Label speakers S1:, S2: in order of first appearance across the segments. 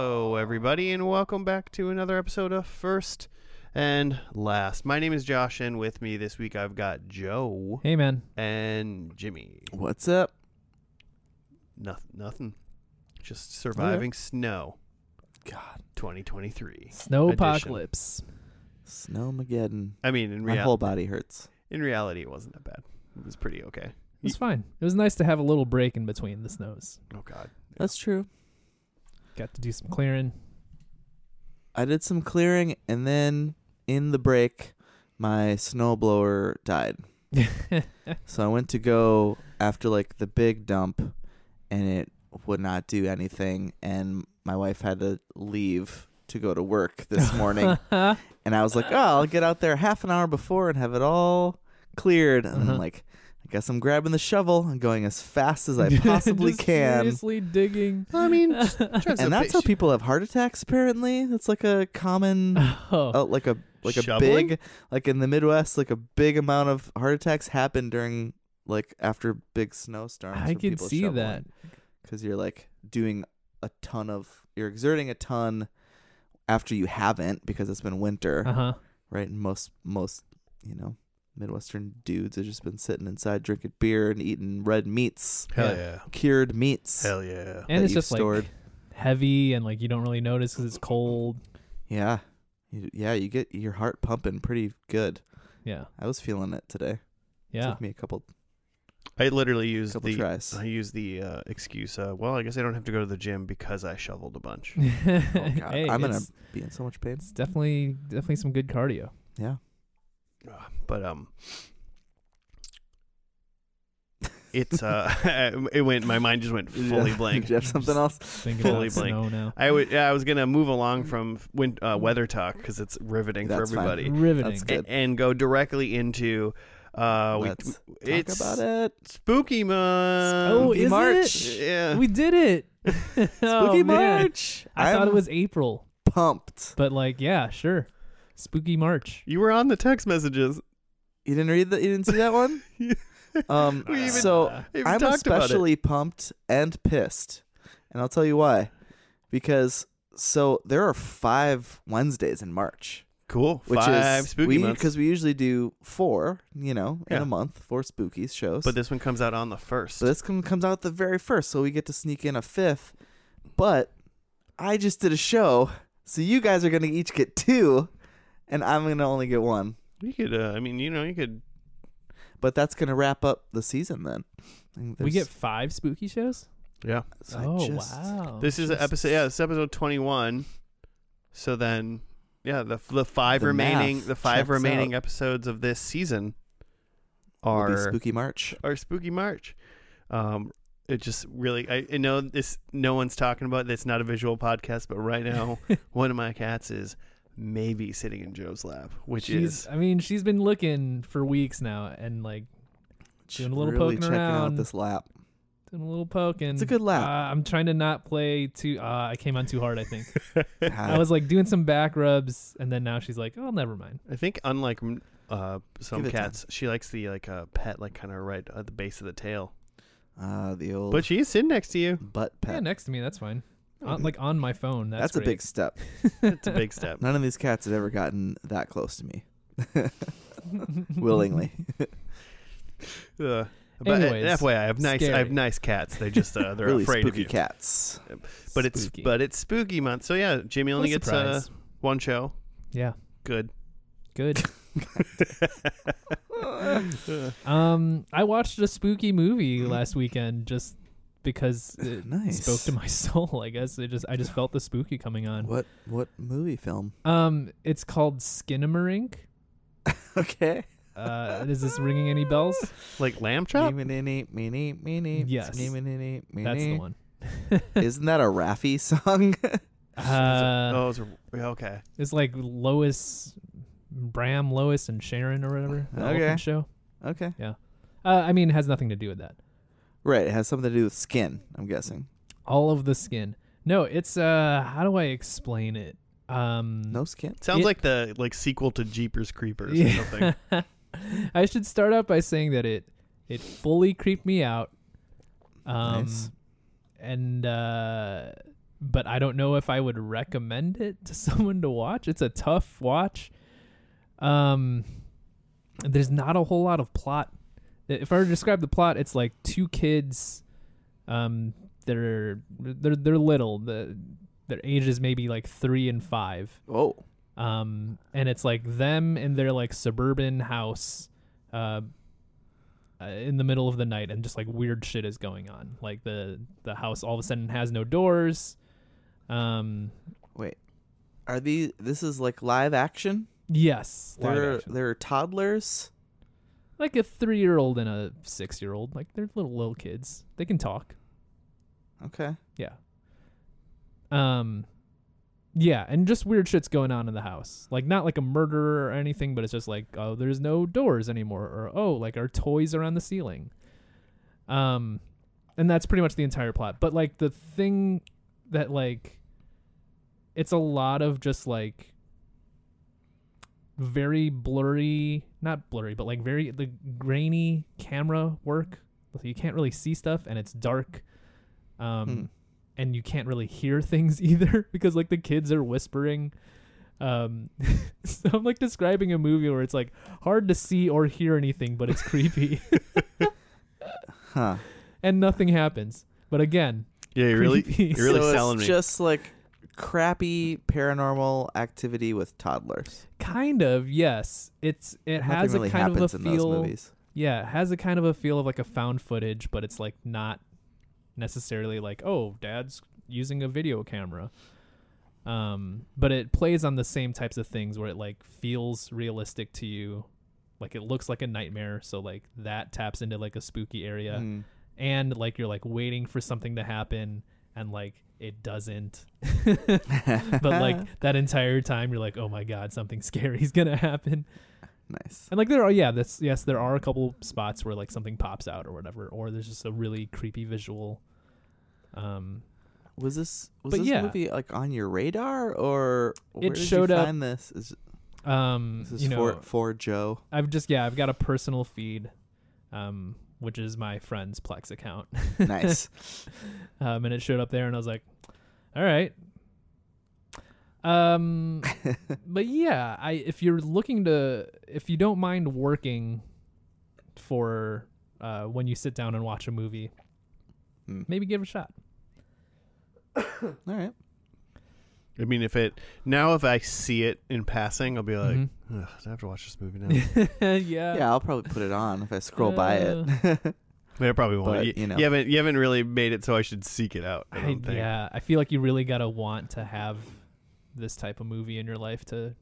S1: everybody, and welcome back to another episode of First and Last. My name is Josh, and with me this week I've got Joe
S2: Hey man,
S1: and Jimmy.
S3: What's up?
S1: Nothing, nothing. Just surviving snow,
S3: God,
S1: 2023.
S2: snow
S1: Edition.
S2: apocalypse.
S3: Snowmageddon.
S1: I mean, in
S3: My
S1: reality,
S3: whole body hurts.
S1: in reality, it wasn't that bad. It was pretty okay.
S2: It was fine. It was nice to have a little break in between the snows.
S1: Oh God,
S3: That's true.
S2: Got to do some clearing.
S3: I did some clearing, and then in the break, my snowblower died. So I went to go after like the big dump, and it would not do anything. And my wife had to leave to go to work this morning. and I was like, oh, I'll get out there half an hour before and have it all cleared. And
S2: Uh-huh.
S3: I'm like, I guess I'm grabbing the shovel and going as fast as I possibly
S2: Just
S3: can.
S2: Seriously digging. Oh,
S1: I mean, just
S3: and that's how people have heart attacks. Apparently, that's like a common,
S2: Oh,
S3: uh, like a like a
S1: Shoveling?
S3: big, like in the Midwest, like a big amount of heart attacks happen during like after big snowstorms.
S2: I can see that.
S3: because you're like doing a ton of, you're exerting a ton after you haven't because it's been winter,
S2: Uh huh.
S3: right? And most most you know Midwestern dudes have just been sitting inside drinking beer and eating red meats,
S1: Hell yeah!
S3: cured meats.
S1: Hell yeah!
S2: And it's
S3: you've
S2: just
S3: stored.
S2: like heavy and like you don't really notice because it's cold.
S3: Yeah. You, yeah, you get your heart pumping pretty good.
S2: Yeah.
S3: I was feeling it today.
S2: Yeah.
S3: Took me a couple
S1: I literally used
S3: couple
S1: the
S3: tries.
S1: I used the uh, excuse. Uh, well, I guess I don't have to go to the gym because I shoveled a bunch.
S3: Oh, God,
S2: hey,
S3: I'm gonna
S2: it's,
S3: be in so much pain.
S2: it's definitely definitely some good cardio.
S3: Yeah.
S1: Uh, but um it's uh it went my mind just went fully
S3: Yeah.
S1: blank
S3: Did you have something else?
S2: Thinking
S1: Fully
S2: about
S1: blank.
S2: snow now.
S1: i would yeah, i was gonna move along from win- uh, weather talk because it's riveting
S3: Mm-hmm. That's
S1: for
S3: fine.
S1: everybody
S2: Riveting.
S3: That's
S1: A-
S3: good.
S1: and go directly into uh we,
S3: Let's talk
S1: it's
S3: about it.
S1: spooky month
S2: Oh,
S3: Spooky
S2: is
S3: March.
S2: it?
S1: yeah
S2: We did it.
S3: Spooky
S2: oh, man.
S3: March.
S2: I thought
S3: I'm
S2: it was April,
S3: pumped.
S2: but like, yeah, sure. Spooky March.
S1: you were on the text messages
S3: You didn't read that. You didn't see that one. um.
S1: We even-
S3: so
S1: we even
S3: I'm
S1: talked about it.
S3: especially pumped and pissed, and I'll tell you why. Because so there are five Wednesdays in March.
S1: cool
S3: which
S1: five
S3: is
S1: spooky
S3: we
S1: months
S3: because we usually do four, you know, in
S1: Yeah.
S3: a month, four spooky shows.
S1: but this one comes out on the first
S3: so this com- comes out the very first, so we get to sneak in a fifth. But I just did a show, so you guys are gonna each get two, and I'm gonna only get one.
S1: you could uh, i mean you know you could
S3: But that's gonna wrap up the season then. I think
S2: we get
S3: there's-
S2: five spooky shows.
S1: yeah
S3: so I
S2: oh
S3: just-
S2: wow!
S1: This is
S3: just-
S1: episode. Yeah, this is episode twenty-one. So then, yeah, the the five
S3: The
S1: remaining
S3: math
S1: the five
S3: checks
S1: remaining episodes of this season
S3: will be
S1: are
S3: spooky March.
S1: are spooky March. Um, it just really. I, I know this. No one's talking about. It's not a visual podcast, but right now, one of my cats is maybe sitting in Joe's lap, which
S2: she's.
S1: is
S2: I mean, she's been looking for weeks now, and like Doing a little
S3: really
S2: poking
S3: checking
S2: around.
S3: out this lap.
S2: doing a little poking.
S3: It's a good lap.
S2: Uh, I'm trying to not play too. Uh, I came on too hard. I think I
S3: God,
S2: was like doing some back rubs, and then now she's like, "Oh, never mind."
S1: I think unlike mm, uh, some
S3: Give it time.
S1: cats, she likes the like uh, pet like kind of right at the base of the tail.
S3: uh, the old
S1: But she is sitting next to you.
S3: butt pet.
S2: Yeah, next to me, that's fine. On, like on my phone. That's,
S3: Oh, that's a big step.
S1: It's a big step.
S3: None of these cats had ever gotten that close to me. Willingly.
S1: Uh, but
S2: Anyways,
S1: Anyways, FYI, I have nice, I have
S2: scary.
S1: nice cats. They just uh, they're
S3: really
S1: afraid of
S3: spooky
S1: you.
S3: cats.
S1: But it's
S2: Spooky.
S1: but it's spooky month. So yeah, Jimmy
S2: What
S1: only
S2: a
S1: gets uh,
S2: surprise.
S1: one show.
S2: yeah,
S1: Good.
S2: good. Um, I watched a spooky movie last weekend just because it
S3: Mm-hmm. Nice.
S2: spoke to my soul. I guess it just I just felt the spooky coming on.
S3: What what movie film?
S2: Um, it's called Skinamarink.
S3: Okay.
S2: Uh, is this ringing any bells?
S1: like lamb chop.
S3: Meeny, meeny, meeny,
S2: Yes.
S3: meeny, meeny.
S2: That's the one.
S3: Isn't that a Raffy song?
S2: Uh,
S1: oh, those are- yeah, okay.
S2: It's like Lois, Bram, Lois, and Sharon or whatever. The
S3: Okay.
S2: elephant show.
S3: okay.
S2: Uh, I mean, it has nothing to do with that.
S3: Right. It has something to do with skin. I'm guessing.
S2: Mm-hmm. All of the skin. No, it's uh, how do I explain it? Um,
S3: No skin.
S1: Sounds
S2: It-
S1: like the like sequel to Jeepers Creepers or something.
S2: Yeah. I should start out by saying that it it fully creeped me out. Um
S3: Nice.
S2: and uh but I don't know if I would recommend it to someone to watch. It's a tough watch. Um, there's not a whole lot of plot. If I were to describe the plot, it's like two kids, um, they're they're they're little. The their age is maybe like three and five,
S3: Whoa.
S2: um, and it's like them in their like suburban house, uh, uh, in the middle of the night, and just like weird shit is going on. Like the the house all of a sudden has no doors. Um,
S3: Are these this is like live action?
S2: yes, live
S3: There are,
S2: action.
S3: there are toddlers.
S2: like a three year old and a six year old. Like they're little little kids. They can talk.
S3: Okay.
S2: Yeah. Um, yeah, and just weird shit's going on in the house. Like not like a murder or anything, but it's just like oh, there's no doors anymore, or oh, like our toys are on the ceiling. Um, and that's pretty much the entire plot. But like the thing that like, it's a lot of just like very blurry, not blurry, but like very the grainy camera work. So you can't really see stuff, and it's dark. Um,
S3: Hmm.
S2: and you can't really hear things either because like the kids are whispering um so i'm like describing a movie where it's like hard to see or hear anything but it's creepy
S3: Huh.
S2: and nothing happens but again
S1: Yeah, you really,
S2: creepy.
S1: you're really
S3: so
S1: selling
S3: it's
S1: me.
S3: just like crappy paranormal activity with toddlers.
S2: kind of yes it's it has
S3: Nothing really
S2: a kind of
S3: happens
S2: a
S3: in those
S2: feel
S3: movies.
S2: yeah it has a kind of a feel of like a found footage but it's like not necessarily like oh dad's using a video camera um but it plays on the same types of things where it like feels realistic to you like it looks like a nightmare so like that taps into like a spooky area
S3: Hmm.
S2: and like you're like waiting for something to happen and like it doesn't but like that entire time you're like oh my god something scary is gonna happen
S3: nice.
S2: and like there are yeah, that's yes, there are a couple spots where like something pops out or whatever, or there's just a really creepy visual. Um
S3: Was this was
S2: But
S3: this
S2: yeah.
S3: movie like on your radar or where did
S2: showed
S3: you
S2: up-
S3: find this? Is
S2: um
S3: this is
S2: you know,
S3: for for Joe?
S2: I've just yeah, I've got a personal feed um which is my friend's Plex account.
S3: Nice.
S2: Um and it showed up there and I was like, "All right." Um but yeah, I if you're looking to if you don't mind working for uh when you sit down and watch a movie,
S3: Hmm.
S2: maybe give it a shot.
S3: All right.
S1: I mean, if it now, if I see it in passing, I'll be like,
S2: Mhm.
S1: Ugh, I have to watch this movie now. I, mean,
S2: Mm-hmm. yeah. Uh,
S3: Yeah, I'll probably put it on if I scroll by it.
S1: I probably won't.
S3: But,
S1: you,
S3: you know.
S1: you haven't you haven't really made it, so I should seek it out. I
S2: I-
S1: don't think.
S2: yeah, I feel like you really gotta want to have this type of movie in your life to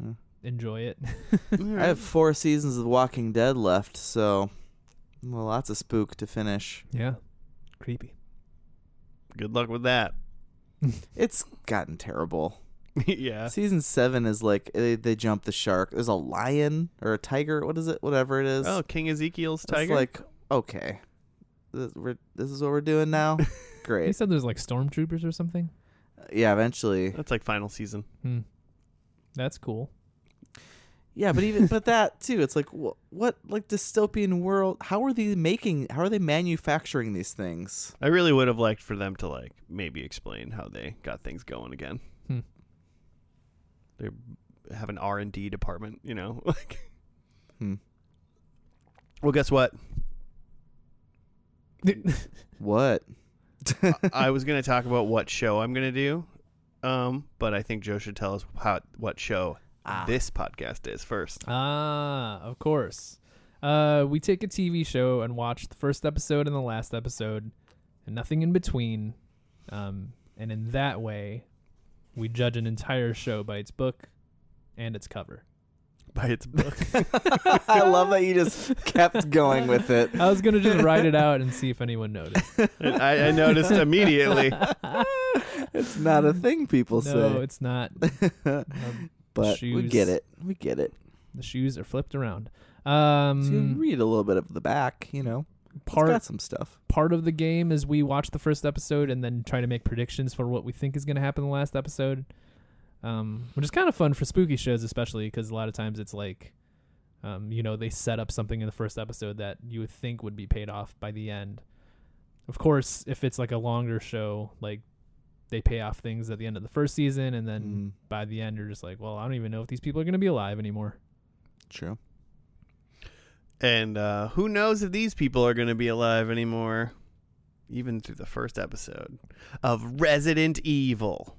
S3: Hmm.
S2: enjoy it.
S3: I have four seasons of Walking Dead left, so well, lots of spook to finish.
S2: Yeah, creepy.
S1: Good luck with that.
S3: It's gotten terrible.
S2: Uh.
S1: yeah.
S3: Season seven is like they, they jump the shark. There's a lion or a tiger. What is it? Whatever it is.
S1: Oh, King Ezekiel's
S3: it's
S1: tiger.
S3: like okay, this, we're, this is what we're doing now.
S2: You
S3: Great.
S2: said there's like stormtroopers or something.
S3: Yeah, eventually.
S1: That's like final season.
S2: Hmm. That's cool.
S3: Yeah, but even but that too. It's like wh- what like dystopian world? How are they making? How are they manufacturing these things?
S1: I really would have liked for them to like maybe explain how they got things going again.
S2: Hmm.
S1: They have an R and D department, you know. Like,
S3: Hmm.
S1: well, guess what?
S3: What?
S1: I was gonna talk about what show I'm gonna do, um, but I think Joe should tell us how what show
S3: Ah.
S1: this podcast is first.
S2: Ah, of course. Uh, we take a TV show and watch the first episode and the last episode, and nothing in between. Um, and in that way, we judge an entire show by its book and its cover.
S1: By its book,
S3: I love that you just kept going with it.
S2: I was gonna just write it out and see if anyone noticed.
S1: And I, I noticed immediately.
S3: It's not a thing people
S2: no, it's not.
S3: say.
S2: Um,
S3: but we get
S2: shoes.
S3: it. We get it.
S2: the shoes are flipped around.
S3: So you
S2: Um,
S3: read a little bit of the back, you know.
S2: part
S3: it's got some stuff.
S2: part of the game is we watch the first episode and then try to make predictions for what we think is going to happen in the last episode, um, which is kind of fun for spooky shows, especially because a lot of times it's like, um, you know, they set up something in the first episode that you would think would be paid off by the end. Of course, if it's like a longer show, like they pay off things at the end of the first season, and then
S3: Mm.
S2: by the end you're just like, well, I don't even know if these people are gonna be alive anymore.
S3: Mm, true.
S1: And uh, who knows if these people are going to be alive anymore, even through the first episode of Resident Evil.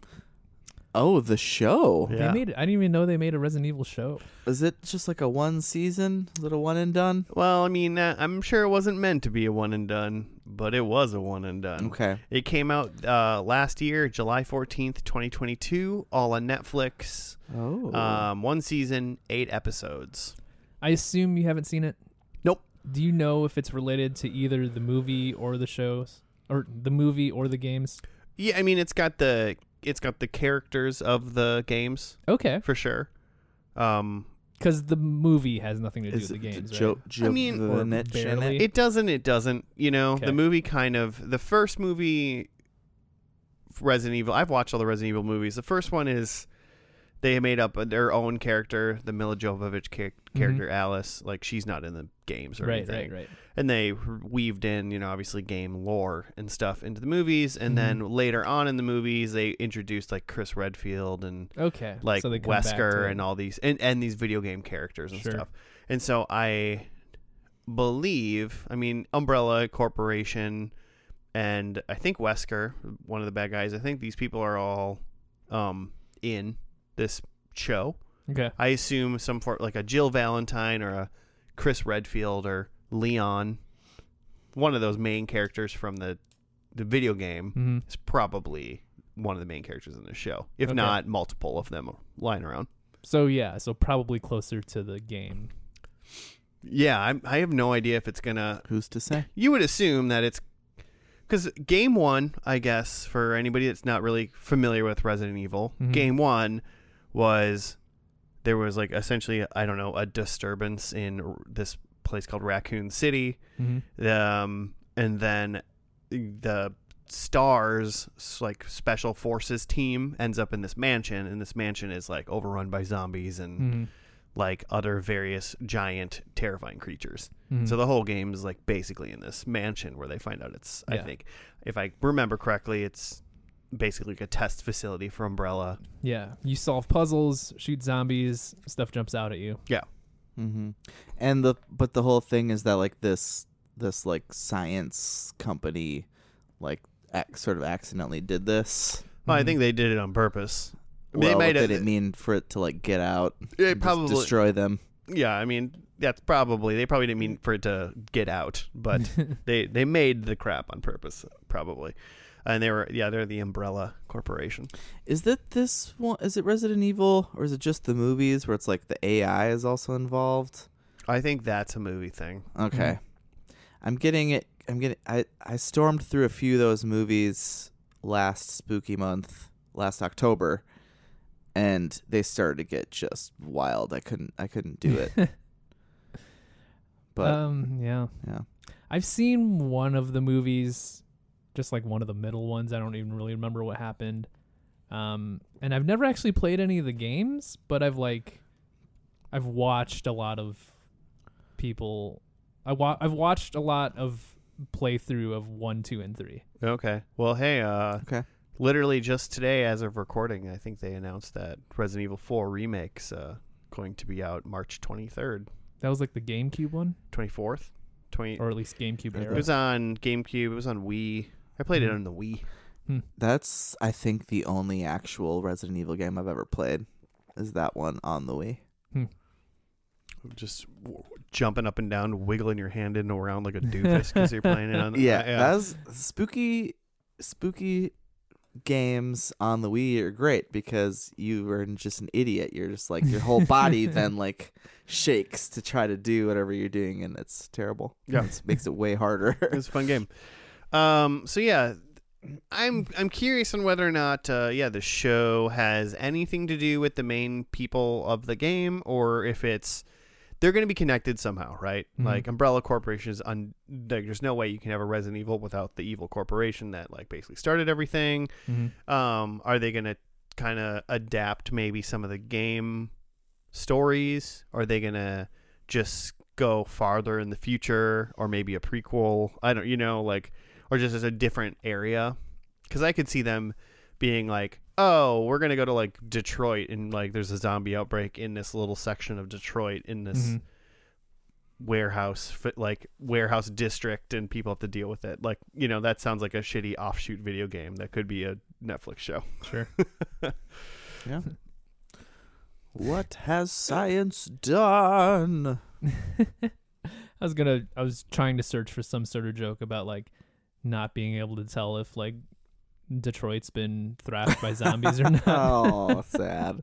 S3: Oh, the show.
S1: Yeah.
S2: They made I didn't even know they made a Resident Evil show.
S3: Is it just like a one season? Is it a one and done?
S1: Well, I mean, uh, I'm sure it wasn't meant to be a one and done, but it was a one and done.
S3: Okay.
S1: It came out uh, last year, July 14th, 2022, all on Netflix.
S3: Oh.
S1: Um, one season, eight episodes.
S2: I assume you haven't seen it.
S1: Nope.
S2: Do you know if it's related to either the movie or the shows, or the movie or the games?
S1: Yeah, I mean, it's got the it's got the characters of the games
S2: Okay,
S1: for sure. Um,
S2: because the movie has nothing to do
S3: is
S2: with the
S3: it
S2: games, right?
S3: jo- jo-
S1: I mean-
S3: the
S2: Or
S3: niche in
S2: barely.
S3: it?
S1: It doesn't. It doesn't. You know,
S2: Okay.
S1: the movie kind of the first movie, Resident Evil. I've watched all the Resident Evil movies. The first one is they made up their own character, the Mila Jovovich cha- character Alice. Like she's not in the games or
S2: Mm-hmm. Right,
S1: anything.
S2: right, right.
S1: And they weaved in, you know, obviously game lore and stuff into the movies. And
S2: Mhm.
S1: then later on in the movies, they introduced like Chris Redfield and
S2: Okay,
S1: like
S2: so they come back to
S1: Wesker
S2: it.
S1: and all these and, and these video game characters and
S2: Sure.
S1: stuff. And so I believe, I mean, Umbrella Corporation and I think Wesker, one of the bad guys, I think these people are all um in this show.
S2: Okay,
S1: I assume some for like a Jill Valentine or a Chris Redfield or Leon, one of those main characters from the the video game
S2: hmm
S1: is probably one of the main characters in the show, if
S2: Okay.
S1: not multiple of them lying around.
S2: so yeah, so probably closer to the game.
S1: Yeah, I'm, I have no idea if it's gonna.
S3: Who's to say?
S1: You would assume that it's because game one, I guess, for anybody that's not really familiar with Resident Evil,
S2: Mhm.
S1: game one was there was like essentially I don't know a disturbance in r- this place called Raccoon City.
S2: hmm
S1: um, and then the stars s- like special forces team ends up in this mansion and this mansion is like overrun by zombies and
S2: hmm
S1: like other various giant terrifying creatures
S2: Mm-hmm. Hmm.
S1: so the whole game is like basically in this mansion where they find out it's i
S2: Yeah.
S1: think if i remember correctly it's basically like a test facility for umbrella
S2: yeah, you solve puzzles, shoot zombies, stuff jumps out at you.
S3: Mm-hmm. And the but the whole thing is that like this this like science company like ac- sort of accidentally did this.
S1: well, i
S2: Mhm.
S1: think they did it on purpose
S3: well,
S1: might
S3: what
S1: have-
S3: did it mean for it to like get out?
S1: They
S3: and just
S1: probably
S3: destroy them.
S1: yeah i mean that's probably they probably didn't mean for it to get out but they they made the crap on purpose probably and they were yeah they're the umbrella corporation
S3: Is that this one? Is it Resident Evil or is it just the movies where it's like the AI is also involved?
S1: i think that's a movie thing
S3: Okay, I'm getting it. I'm getting. I I stormed through a few of those movies last spooky month, last October, and they started to get just wild. I couldn't. I couldn't do it. But
S2: um, yeah,
S3: yeah,
S2: I've seen one of the movies, just like one of the middle ones. I don't even really remember what happened. Um, and I've never actually played any of the games, but I've like, I've watched a lot of people. I wa- I've watched a lot of playthrough of one, two, and three.
S1: okay well hey uh
S3: Okay.
S1: literally just today as of recording i think they announced that resident evil 4 remakes uh going to be out march 23rd
S2: That was like the GameCube one,
S1: 24th 20
S2: or at least GameCube
S1: it
S2: era.
S1: was on gamecube it was on wii i played it
S2: Mhm.
S1: on the wii
S3: that's I think the only actual Resident Evil game I've ever played is that one on the Wii.
S1: just w- jumping up and down wiggling your hand in and around like a doofus because you're playing it on
S3: Yeah, that's spooky, spooky games on the Wii are great because you were just an idiot. You're just like your whole body then like shakes to try to do whatever you're doing, and it's terrible.
S1: Yeah.
S3: it makes it way harder.
S1: it's a fun game. Um, so yeah, I'm I'm curious on whether or not uh, yeah the show has anything to do with the main people of the game or if it's they're going to be connected somehow, right?
S2: Mhm.
S1: Like Umbrella Corporation is un- like there's no way you can have a Resident Evil without the evil corporation that like basically started everything.
S2: Mhm.
S1: Um, are they going to kind of adapt maybe some of the game stories? Are they going to just go farther in the future or maybe a prequel? I don't, you know, like, or just as a different area? Because I could see them being like, oh, we're gonna go to like Detroit and like there's a zombie outbreak in this little section of Detroit in this
S2: Mhm.
S1: warehouse fit like warehouse district and people have to deal with it. Like, you know, that sounds like a shitty offshoot video game that could be a Netflix show.
S2: Sure.
S3: Yeah. what has science done?
S2: I was gonna. I was trying to search for some sort of joke about like not being able to tell if like Detroit's been thrashed by zombies or not.
S3: oh, sad.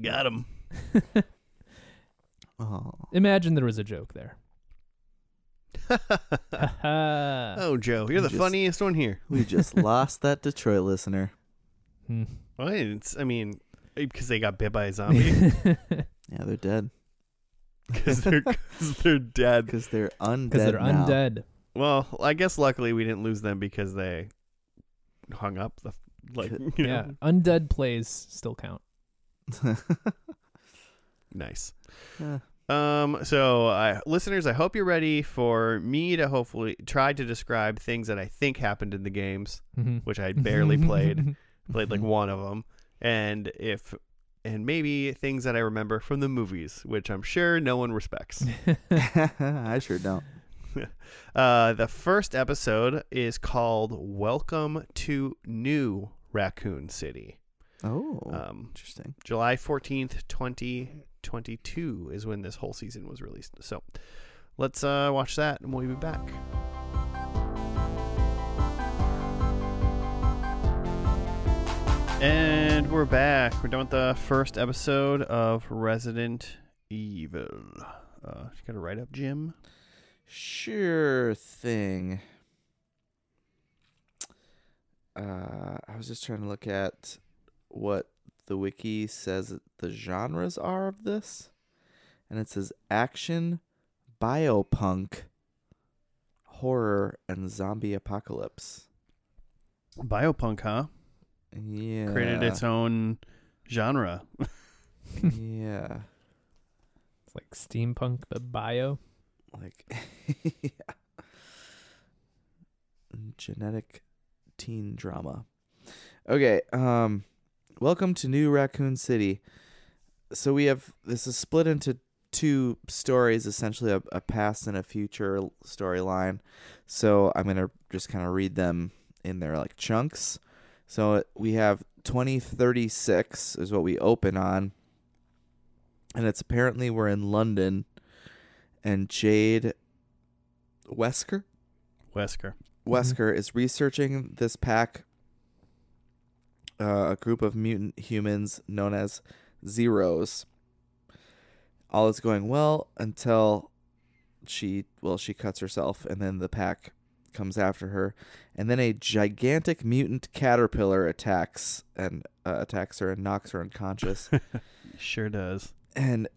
S1: Got him.
S3: Oh.
S2: Imagine there was a joke there. oh.
S1: oh, Joe, you're the
S3: Just-
S1: funniest one here.
S3: We just lost that Detroit listener.
S2: Hmm.
S1: Well, it's, I mean, because they got bit by a zombie
S3: Yeah, they're dead
S1: because they're, 'cause they're dead.
S3: because they're undead.
S2: because they're
S3: now.
S2: undead.
S1: Well, I guess luckily we didn't lose them because they hung up the like
S3: Good.
S1: you know
S2: Yeah, undead plays still count.
S1: nice.
S3: Yeah.
S1: Um so I listeners, I hope you're ready for me to hopefully try to describe things that I think happened in the games,
S2: Mm-hmm.
S1: which I barely played. played
S3: Mm-hmm.
S1: like one of them and if and maybe things that I remember from the movies, which I'm sure no one respects.
S3: Mm-hmm. I sure don't.
S1: Uh, the first episode is called Welcome to New Raccoon City.
S3: Oh,
S1: Um,
S3: interesting.
S1: July 14th, 2022 is when this whole season was released. So let's uh, watch that and we'll be back. And we're back. We're done with the first episode of Resident Evil. Uh, you got a write up, Jim?
S3: Sure thing. Uh, I was just trying to look at what the wiki says that the genres are of this, and it says action, biopunk, horror, and zombie apocalypse.
S1: Biopunk, huh?
S3: Yeah,
S1: Created its own genre.
S3: yeah,
S2: It's like steampunk, but bio.
S3: like yeah, genetic teen drama. Okay, um, welcome to New Raccoon City. So we have this is split into two stories, essentially a, a past and a future l- storyline. So I'm gonna just kind of read them in their like chunks. So it- we have 2036 is what we open on, and it's apparently we're in London, and Jade Wesker
S1: Wesker.
S3: Wesker is researching this pack, uh, a group of mutant humans known as Zeros. All is going well until she, well, she cuts herself, and then the pack comes after her, and then a gigantic mutant caterpillar attacks and uh, attacks her and knocks her unconscious
S1: Sure does.
S3: and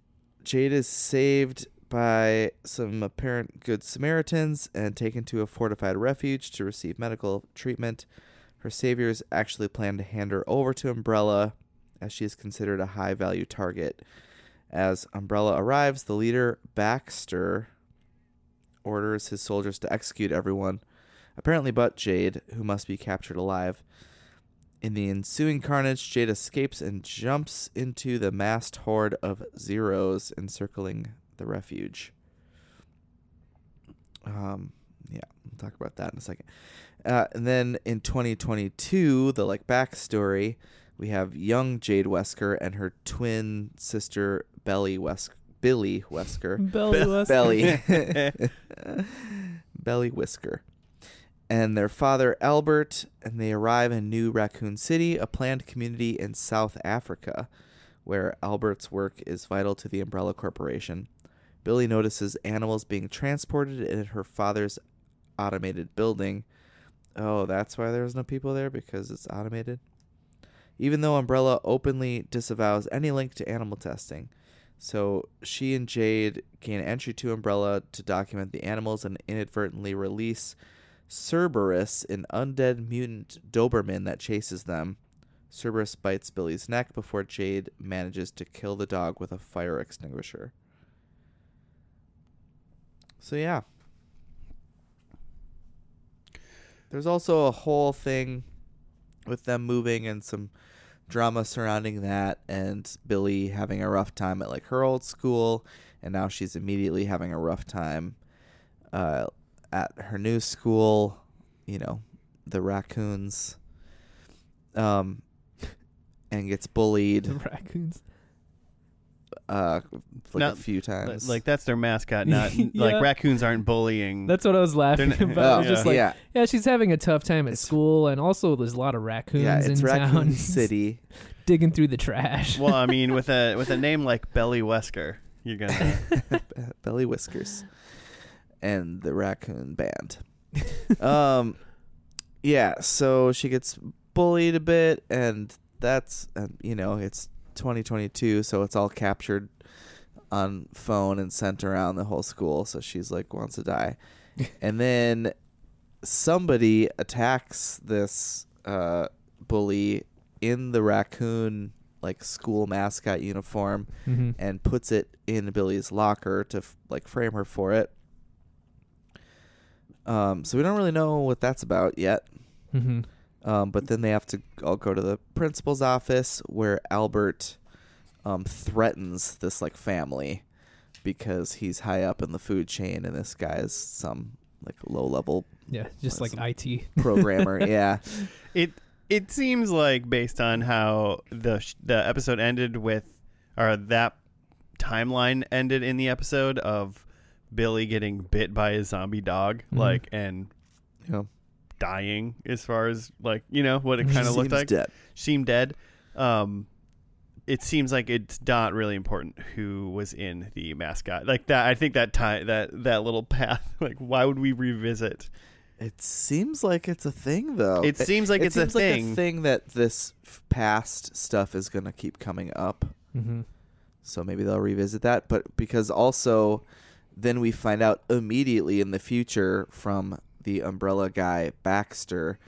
S3: Jade is saved by some apparent good Samaritans and taken to a fortified refuge to receive medical treatment. Her saviors actually plan to hand her over to Umbrella, as she is considered a high value target. As Umbrella arrives, the leader, Baxter, orders his soldiers to execute everyone, apparently but Jade, who must be captured alive. In the ensuing carnage, Jade escapes and jumps into the massed horde of Zeros encircling the refuge. Um, yeah, we'll talk about that in a second. Uh, and then in 2022, the like backstory, we have young Jade Wesker and her twin sister Belly Wesk Billy Wesker
S2: Belly West.
S3: belly belly whisker and their father albert and they arrive in new raccoon city a planned community in south africa where albert's work is vital to the umbrella corporation billy notices animals being transported in her father's automated building oh that's why there was no people there because it's automated even though umbrella openly disavows any link to animal testing so she and Jade gain entry to Umbrella to document the animals and inadvertently release Cerberus, an undead mutant Doberman that chases them. Cerberus bites Billy's neck before Jade manages to kill the dog with a fire extinguisher. So yeah. There's also a whole thing with them moving and some drama surrounding that and Billy having a rough time at like her old school and now she's immediately having a rough time uh, at her new school, you know, the raccoons um and gets
S2: The
S3: bullied
S2: raccoons.
S3: uh like a
S1: Not-
S3: few
S1: Li-
S3: times.
S1: Like that's their mascot, not
S2: Yeah.
S1: like raccoons aren't bullying.
S2: That's what I was laughing
S1: They're not-
S2: about.
S1: Oh,
S2: Just like, yeah.
S3: yeah,
S2: she's having a tough time at
S3: It's-
S2: school, and also there's a lot of raccoons
S3: yeah, it's
S2: in
S3: Raccoon
S2: town
S3: City.
S2: digging through the trash.
S1: well, I mean, with a with a name like Belly Wesker, you're gonna
S3: Belly Whiskers, and the Raccoon Band. um, yeah. So she gets bullied a bit, and that's um, you know it's 2022, so it's all captured on phone and sent around the whole school. So she's like wants to die, and then somebody attacks this uh, bully in the raccoon like school mascot uniform
S2: Mhm.
S3: and puts it in Billy's locker to f- like frame her for it. Um, so we don't really know what that's about yet.
S2: Mhm.
S3: Um, but then they have to all go to the principal's office where Albert um, threatens this like family because he's high up in the food chain and this guy is some like low level
S2: Yeah, just like
S3: Awesome.
S2: IT.
S3: programmer. yeah,
S1: it it seems like based on how the sh- the episode ended with or that timeline ended in the episode of Billy getting bit by a zombie dog
S3: Mm-hmm.
S2: Mhm.
S1: like and
S3: Yeah.
S1: dying as far as like you know what it
S2: She
S1: kind
S3: She
S1: of looked
S3: seems
S1: like
S3: dead.
S1: seemed dead um it seems like it's not really important who was in the mascot like that I think that time that that little path like why would we revisit
S3: It seems like it's a thing though.
S1: it seems like
S3: Oh, it
S1: it's
S3: seems
S1: a
S3: like
S1: thing
S3: a thing that this f- past stuff is gonna keep coming up.
S2: Mm-hmm.
S3: So maybe they'll revisit that. But because also, then we find out immediately in the future from the umbrella guy Baxter,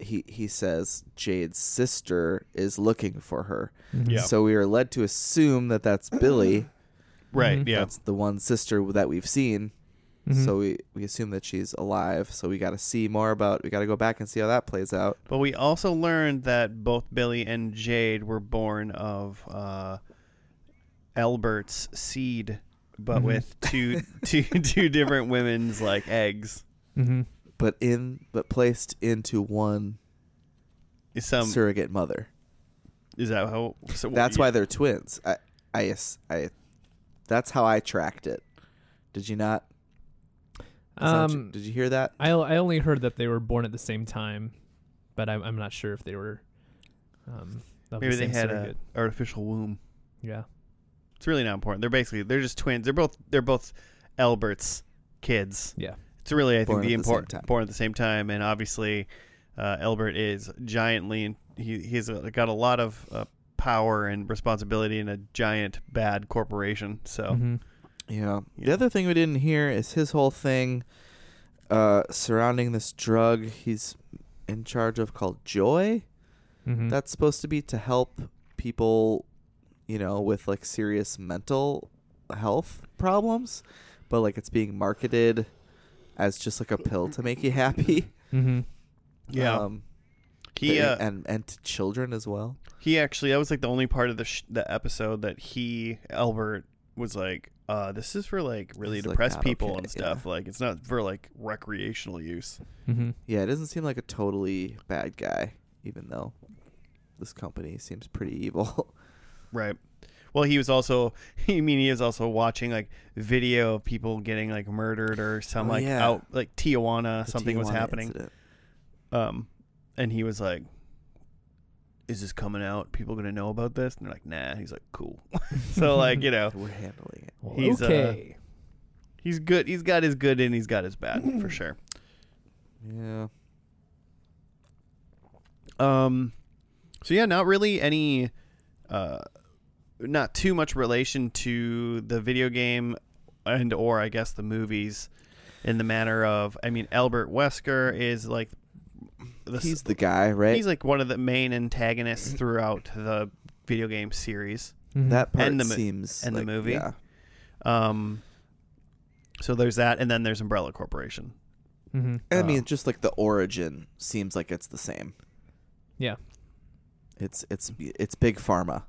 S3: he he says Jade's sister is looking for her.
S2: Mm-hmm.
S1: Yeah.
S3: So we are led to assume that that's Billy.
S1: right
S2: Mhm.
S1: yeah Mm-hmm.
S3: Mm-hmm. That's the one sister that we've seen.
S2: Mm-hmm.
S3: So we we assume that she's alive. So we got to see more about. We got to go back and see how that plays out.
S1: But we also learned that both Billy and Jade were born of uh, Albert's seed, but
S2: Mhm.
S1: with two two two different women's like eggs.
S2: mm-hmm.
S3: But in but placed into one
S1: Is Some
S3: surrogate mother.
S1: is that how? So
S3: That's why they're twins. I, I, as- I, that's how I tracked it. Did you not? Is that what you-
S2: Um,
S3: did you hear that?
S2: I I only heard that they were born at the same time, but I'm I'm not sure if they were. Um, of the
S1: maybe they
S2: same
S1: had
S2: surrogate.
S1: an artificial womb.
S2: yeah.
S1: It's really not important. They're basically they're just twins. They're both they're both Albert's kids.
S2: Yeah.
S1: It's really I
S3: Born
S1: think the
S3: at the same time.
S1: important born at the same time, and obviously, uh, Albert is giantly and he he's uh, got a lot of uh, power and responsibility in a giant bad corporation. So uh,
S2: Mhm.
S3: Yeah. The
S1: Yeah.
S3: other thing we didn't hear is his whole thing uh, surrounding this drug he's in charge of called Joy.
S1: Mm-hmm.
S2: Mhm.
S3: That's supposed to be to help people, you know, with like serious mental health problems, but like it's being marketed as just like a pill to make you happy.
S2: Mhm.
S1: yeah,
S3: Um,
S1: he uh,
S3: and and to children as well.
S1: he actually that was like the only part of the sh- the episode that he Albert was like. Uh, this is for like really
S3: It's like
S1: depressed
S3: not
S1: people
S3: okay,
S1: and stuff. Like it's not for like recreational use.
S2: Mhm.
S3: Yeah, it doesn't seem like a totally bad guy, even though this company seems pretty evil.
S1: Right. Well, he was also. I mean, he is also watching like video of people getting like murdered or some
S3: Oh,
S1: like
S3: yeah.
S1: out like Tijuana
S3: The
S1: something was
S3: Tijuana
S1: happening.
S3: incident.
S1: Um, and he was like, "Is this coming out? People gonna know about this?" And they're like, "Nah." He's like, "Cool." so like you know,
S3: We're handling it.
S2: Well,
S1: He's, uh,
S2: okay.
S1: he's good. He's got his good and he's got his bad for sure.
S3: Yeah.
S1: Um, so yeah, not really any, uh, not too much relation to the video game, and or I guess the movies, in the manner of I mean Albert Wesker is like the
S3: He's the guy, right?
S1: he's like one of the main antagonists throughout the video game series.
S2: Mhm.
S3: that part
S1: and the mo-
S3: seems
S1: and the
S3: like-
S1: movie.
S3: Yeah.
S1: Um, so there's that, and then there's Umbrella Corporation.
S2: Mhm.
S3: I
S1: Um,
S3: mean, just like the origin seems like it's the same.
S2: Yeah.
S3: It's it's it's big pharma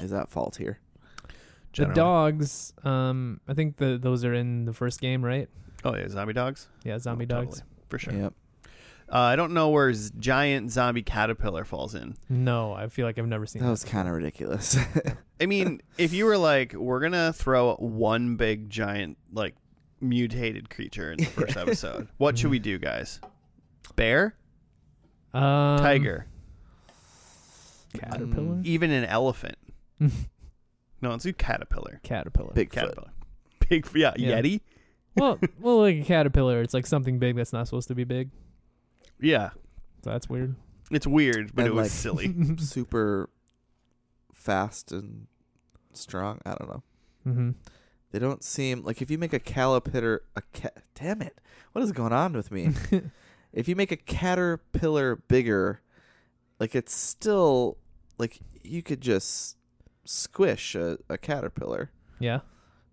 S3: is at fault here.
S1: Generally.
S2: The dogs, um, I think the those are in the first game, right?
S1: Oh yeah, zombie dogs
S2: Yeah, zombie
S1: Oh,
S2: dogs.
S1: totally. for sure.
S3: Yep.
S1: Uh, I don't know where z- giant zombie caterpillar falls in.
S2: No, I feel like I've never seen
S3: That was kind of ridiculous.
S1: I mean, if you were like, we're gonna throw one big giant like mutated creature in the first episode, what should we do, guys? Bear,
S2: that. Um,
S1: tiger,
S2: caterpillar,
S3: Mm,
S1: even an elephant. No, let's do caterpillar.
S2: caterpillar.
S3: Bigfoot.
S1: Caterpillar. Big, yeah,
S2: Yeah.
S1: yeti.
S2: Well, well, like a caterpillar, it's like something big that's not supposed to be big.
S1: Yeah,
S2: So that's weird.
S1: it's weird, but
S3: And,
S1: it was
S3: like-
S1: silly.
S3: Super fast and strong. I don't know.
S2: hmm
S3: They don't seem like if you make a caterpillar a cat. Damn it! What is going on with me? if you make a caterpillar bigger, like it's still like you could just squish a, a caterpillar.
S2: Yeah.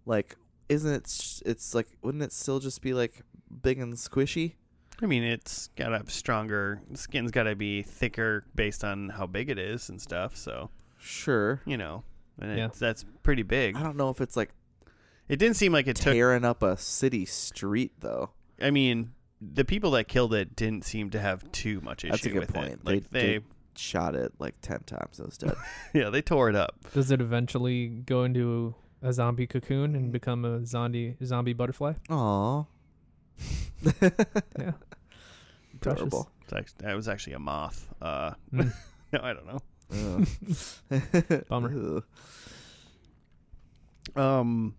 S3: Like, isn't it? s- It's like wouldn't it still just be like big and squishy?
S1: I mean, it's gotta have stronger skin's gotta be thicker based on how big it is and stuff. So
S3: Sure.
S1: you know, and
S2: Yeah.
S1: it's, that's pretty big.
S3: I don't know if it's like
S1: It didn't seem like it took
S3: tearing up a city street though.
S1: I mean, the people that killed it didn't seem to have too much issue
S3: That's a good
S1: with it.
S3: point.
S1: Like they,
S3: They- Shot it like ten times. It was dead.
S1: yeah, they tore it up.
S2: Does it eventually go into a zombie cocoon and become a zombie zombie butterfly?
S3: Aw.
S2: Yeah. Precious.
S3: Adorable.
S1: It's act- That was actually a moth. Uh,
S2: Mm.
S1: no, I don't know.
S3: Ugh.
S2: Bummer.
S3: Ugh.
S1: Um,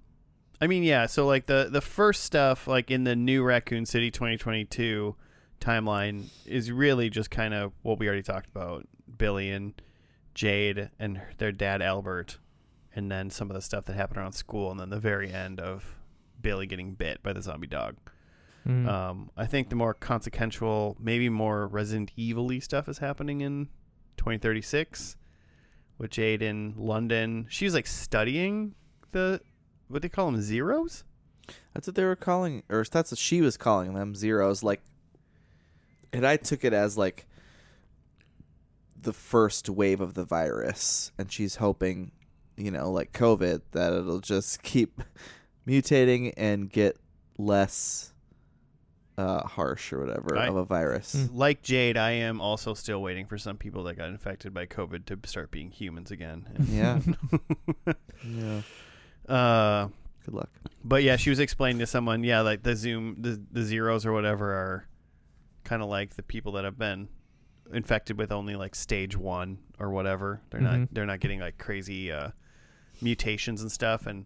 S1: I mean, yeah. So like the the first stuff, like in the new Raccoon City 2022 timeline, is really just kind of what we already talked about: Billy and Jade and her- their dad Albert, and then some of the stuff that happened around school, and then the very end of Billy getting bit by the zombie dog.
S2: Mm.
S3: Uh,
S1: Um, I think the more consequential, maybe more Resident Evil y stuff is happening in 2036 with Jade in London. She's like studying the, what they call them, zeros?
S3: That's what they were calling, or that's what she was calling them zeros. Like, and I took it as like the first wave of the virus, and she's hoping, you know, like COVID, that it'll just keep mutating and get less uh, harsh or whatever
S1: I-
S3: of a virus.
S2: Mm.
S1: Like Jade, I am also still waiting for some people that got infected by COVID to start being humans again.
S3: Yeah. yeah.
S1: uh,
S3: Good luck.
S1: But yeah, she was explaining to someone, yeah, like the Zoom, the, the zeros or whatever are kind of like the people that have been infected with only like stage one or whatever. They're
S2: Mhm.
S1: not they're not getting like crazy uh, mutations and stuff. And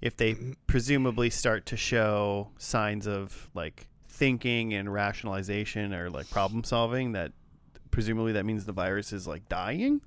S1: if they presumably start to show signs of like thinking and rationalization or like problem solving, that presumably that means the virus is like dying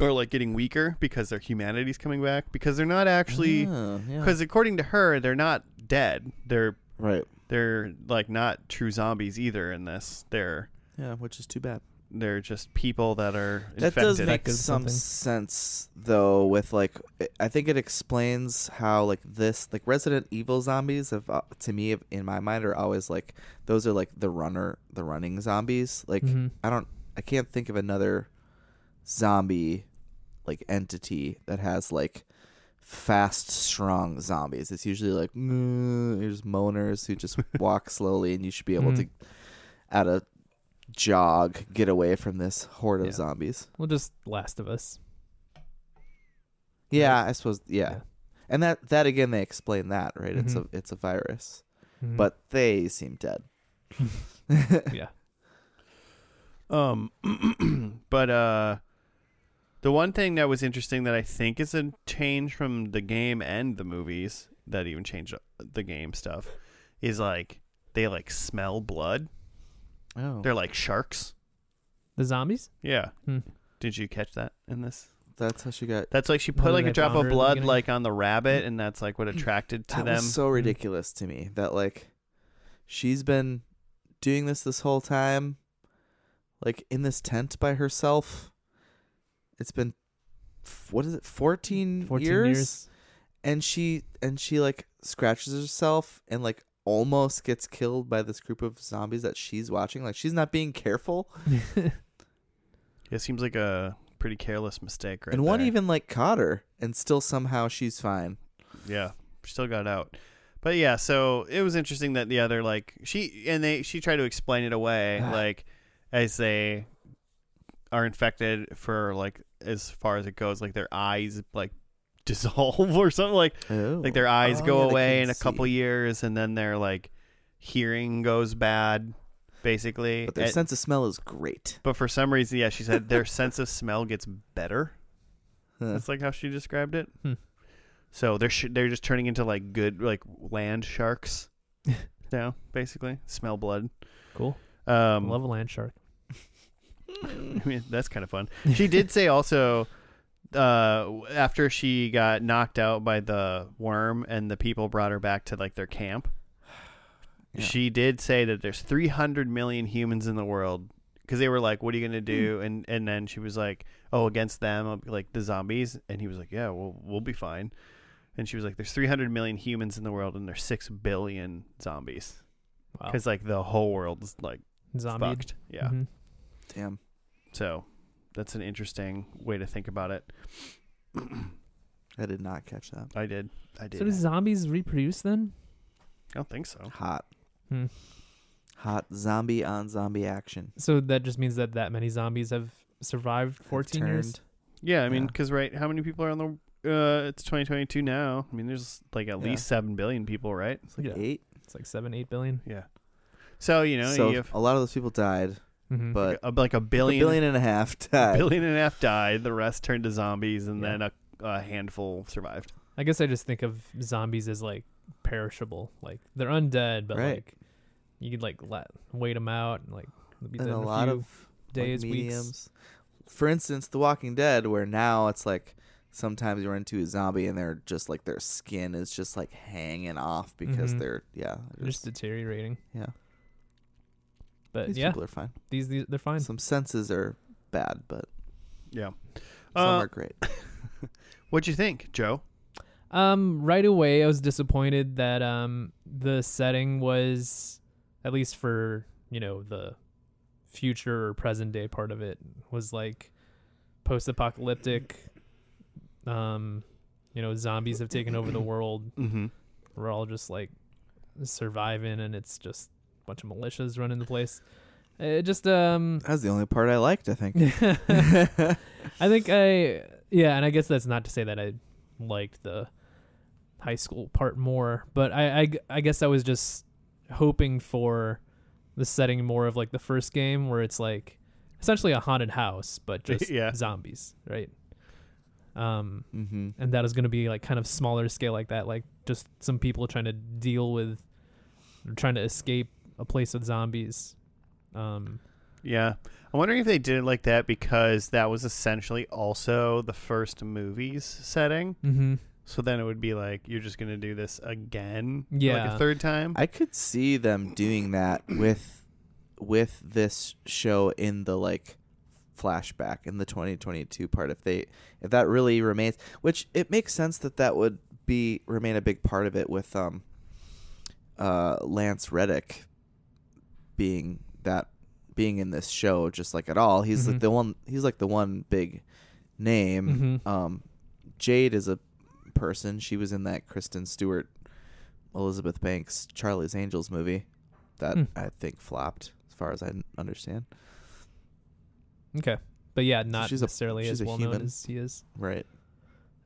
S1: or like getting weaker because their humanity's coming back because they're not actually
S3: Ah, yeah.
S1: because according to her they're not dead they're
S3: right.
S1: they're like not true zombies either in this they're
S3: Yeah, which is too bad.
S1: they're just people that are
S3: That
S1: infected.
S3: does make
S2: Infected with
S3: some
S2: something.
S3: sense though with like I- I think it explains how like this like Resident Evil zombies have uh, to me have- in my mind are always like those are like the runner the running zombies like
S2: Mhm.
S3: I don't I can't think of another zombie like entity that has like fast strong zombies it's usually like "Mm," there's moaners who just walk slowly and you should be able to
S2: Mm.
S3: at a jog get away from this horde
S2: Yeah.
S3: of zombies
S2: Well, just Last of Us.
S3: yeah, I suppose. Yeah. Mm-hmm.
S2: Yeah.
S3: and that that again, they explain that right. It's a
S2: Mhm.
S3: it's a virus,
S2: Mhm.
S3: but they seem dead.
S2: yeah.
S1: Um, but uh, the one thing that was interesting that I think is a change from the game and the movies that even changed uh, the game stuff is like they like smell blood.
S3: Oh,
S1: They're like sharks.
S2: The zombies?
S1: Yeah.
S2: Hmm.
S1: Did you catch that in this?
S3: that's how she got.
S1: That's like she
S2: No,
S1: put
S2: that
S1: like
S2: I
S1: a drop
S2: found her
S1: of
S2: in the
S1: blood
S2: beginning.
S1: like on the rabbit, and that's like what attracted to
S3: that
S1: them.
S3: was so ridiculous to me that like she's been doing this this whole time, like in this tent by herself. It's been f- what is it, fourteen,
S2: 14
S3: years?
S2: years?
S3: and she and she like scratches herself and like almost gets killed by this group of zombies that she's watching like she's not being careful
S1: It seems like a pretty careless mistake, right?
S3: and one
S1: there.
S3: even like caught her, and still somehow she's fine.
S1: yeah, still got out. But yeah, so it was interesting that the other like she and they she tried to explain it away like as they are infected for like as far as it goes like their eyes like dissolve or something like
S3: Oh.
S1: like their eyes
S3: Oh,
S1: go
S3: yeah, they
S1: away
S3: can't
S1: in a couple
S3: see.
S1: years and then their like hearing goes bad basically
S3: But their
S1: And-
S3: sense of smell is great.
S1: but for some reason yeah she said their sense of smell gets better
S3: Huh.
S1: that's like how she described it
S2: Hmm.
S1: so they're sh- they're just turning into like good like land sharks now basically smell blood
S2: Cool.
S1: um
S2: Love a land shark.
S1: I mean, that's kind of fun. She did say also uh after she got knocked out by the worm and the people brought her back to like their camp.
S3: Yeah.
S1: She did say that there's 300 million humans in the world cuz they were like what are you going to
S2: Hmm.
S1: do and and then she was like oh against them like the zombies and he was like yeah we'll we'll be fine. And she was like there's 300 million humans in the world and there's 6 billion zombies
S2: Wow.
S1: cuz like the whole world's like
S2: Zombie.
S1: fucked. Yeah.
S2: Mhm.
S3: Damn.
S1: So that's an interesting way to think about it.
S3: I did not catch that.
S1: I did. I did.
S2: So do zombies reproduce then?
S1: I don't think so.
S3: Hot.
S2: Oh. Hmm.
S3: Hot zombie on zombie action.
S2: So that just means that that many zombies have survived 14 years.
S1: Yeah, I mean,
S3: Yeah.
S1: because right, how many people are on the? Uh, it's 2022 now. I mean, there's like at
S3: Yeah.
S1: least seven billion people, right?
S3: It's like
S2: Yeah.
S3: eight.
S2: It's like seven, eight billion.
S1: Yeah. So you know,
S3: so
S1: you have
S3: a lot of those people died,
S2: Mhm.
S3: but
S1: a, like a billion,
S3: billion, a billion and a half died.
S1: billion and a half died. The rest turned to zombies, and
S2: Yeah.
S1: then a, a handful survived.
S2: I guess I just think of zombies as like perishable. Like they're undead, but
S3: Right.
S2: like you could like let wait them out and like they'll be
S3: and
S2: dead
S3: a
S2: in
S3: lot
S2: few
S3: of like,
S2: days, weeks.
S3: mediums. For instance, The Walking Dead, where now it's like sometimes you run into a zombie and they're just like their skin is just like hanging off because
S2: Mhm.
S3: they're yeah,
S2: They're just deteriorating.
S3: yeah.
S2: But
S3: These
S2: yeah,
S3: people are fine.
S2: these these they're fine.
S3: Some senses are bad, but
S1: Yeah.
S3: some
S1: Uh,
S3: are great.
S1: What'd you think, Joe?
S2: Um, right away, I was disappointed that um the setting was, at least for you know the future or present day part of it was like post-apocalyptic. Um, you know, zombies have taken over the world.
S1: Mm-hmm.
S2: We're all just like surviving, and it's just a bunch of militias running the place. It just um,
S3: That was the only part I liked, I think. Mm-hmm.
S2: I think I yeah, and I guess that's not to say that I liked the high school part more, but I I g- I guess I was just hoping for the setting more of like the first game where it's like essentially a haunted house but just
S1: Yeah.
S2: zombies, right? Um
S3: mm-hmm.
S2: and that is going to be like kind of smaller scale like that, like just some people trying to deal with or trying to escape a place with zombies. Um
S1: Yeah. I'm wondering if they did it like that because that was essentially also the first movie's setting.
S2: mhm.
S1: So then it would be like you're just gonna do this again, like a
S2: Yeah.
S1: third time.
S3: I could see them doing that with with this show in the like flashback in the 2022 part if they if that really remains which it makes sense that that would be remain a big part of it with um uh Lance Reddick being that being in this show just like at all he's
S2: Mhm.
S3: like the one he's like the one big name
S2: Mhm.
S3: um Jade is a person. She was in that Kristen Stewart, Elizabeth Banks, Charlie's Angels movie that
S2: Hmm.
S3: I think flopped, as far as I n- understand.
S2: Okay. But yeah, not
S3: she's a-
S2: necessarily
S3: she's
S2: as
S3: a
S2: well known
S3: human.
S2: as he is.
S3: Right.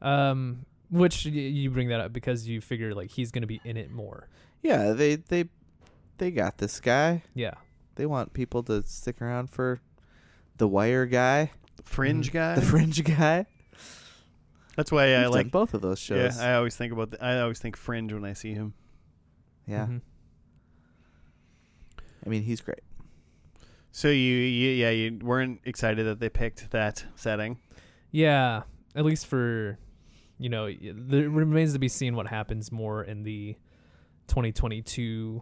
S2: Um, which y- you bring that up because you figure like he's gonna be in it more.
S3: Yeah, they they they got this guy.
S2: Yeah,
S3: They want people to stick around for the wire guy,
S1: Fringe
S2: Mhm.
S1: guy.
S3: Mm, the fringe guy.
S1: That's why I
S3: We've done
S1: like.
S3: both of those shows.
S1: Yeah, I always think about. The, I always think Fringe when I see him.
S3: Yeah.
S2: Mhm.
S3: I mean, he's great.
S1: So you, you, yeah, you weren't excited that they picked that setting.
S2: yeah. At least for, you know, y- there remains to be seen what happens more in the 2022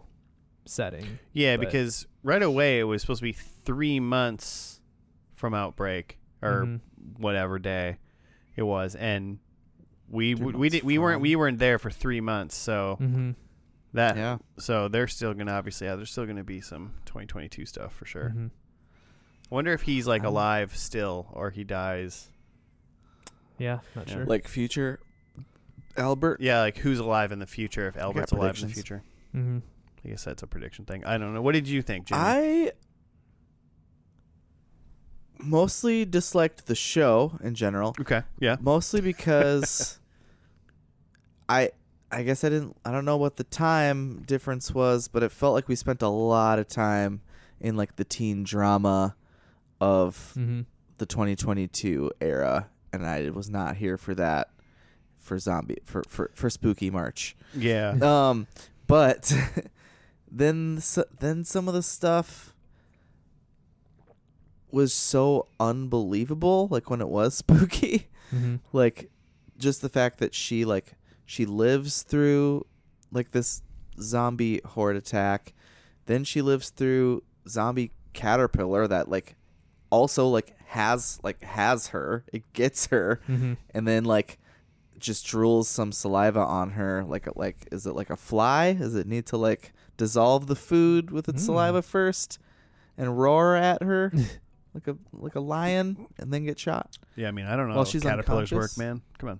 S2: setting.
S1: Yeah,
S2: But-
S1: because right away it was supposed to be three months from outbreak or
S2: Mhm.
S1: whatever day it was, and we
S3: Three
S1: w- we
S3: months
S1: did we weren't
S3: from-
S1: we weren't there for three months. So
S2: Mhm.
S1: that
S3: Yeah.
S2: Mm-hmm.
S1: so they're still gonna obviously yeah, there's still gonna be some 2022 stuff for sure.
S2: Mhm.
S1: I wonder if he's like
S3: Um,
S1: alive still or he dies.
S2: Yeah, not
S1: Yeah.
S2: sure.
S3: Like future Albert.
S1: Yeah, like who's alive in the future if Albert's alive in the
S3: predictions.
S1: future.
S2: mm-hmm.
S1: I guess that's a prediction thing. I don't know. What did you think, Jimmy?
S3: I mostly disliked the show in general,
S1: okay. Yeah.
S3: mostly because I I guess I didn't I don't know what the time difference was, but it felt like we spent a lot of time in like the teen drama of
S2: Mm-hmm.
S3: the 2022 era and I was not here for that for zombie for for, for spooky March.
S1: Yeah.
S3: um, but then s- then some of the stuff was so unbelievable. Like when it was spooky,
S2: Mm-hmm.
S3: like just the fact that she like she lives through like this zombie horde attack, then she lives through zombie caterpillar that like also like has like has her it gets her
S2: Mm-hmm.
S3: and then like just drools some saliva on her like a, like is it like a fly does it need to like dissolve the food with its
S2: Mm.
S3: saliva first and roar at her like a like a lion and then get shot
S1: Yeah, I mean, I don't know
S3: Well,
S1: how
S3: she's
S1: caterpillars work,
S3: unconscious.
S1: man. Come on.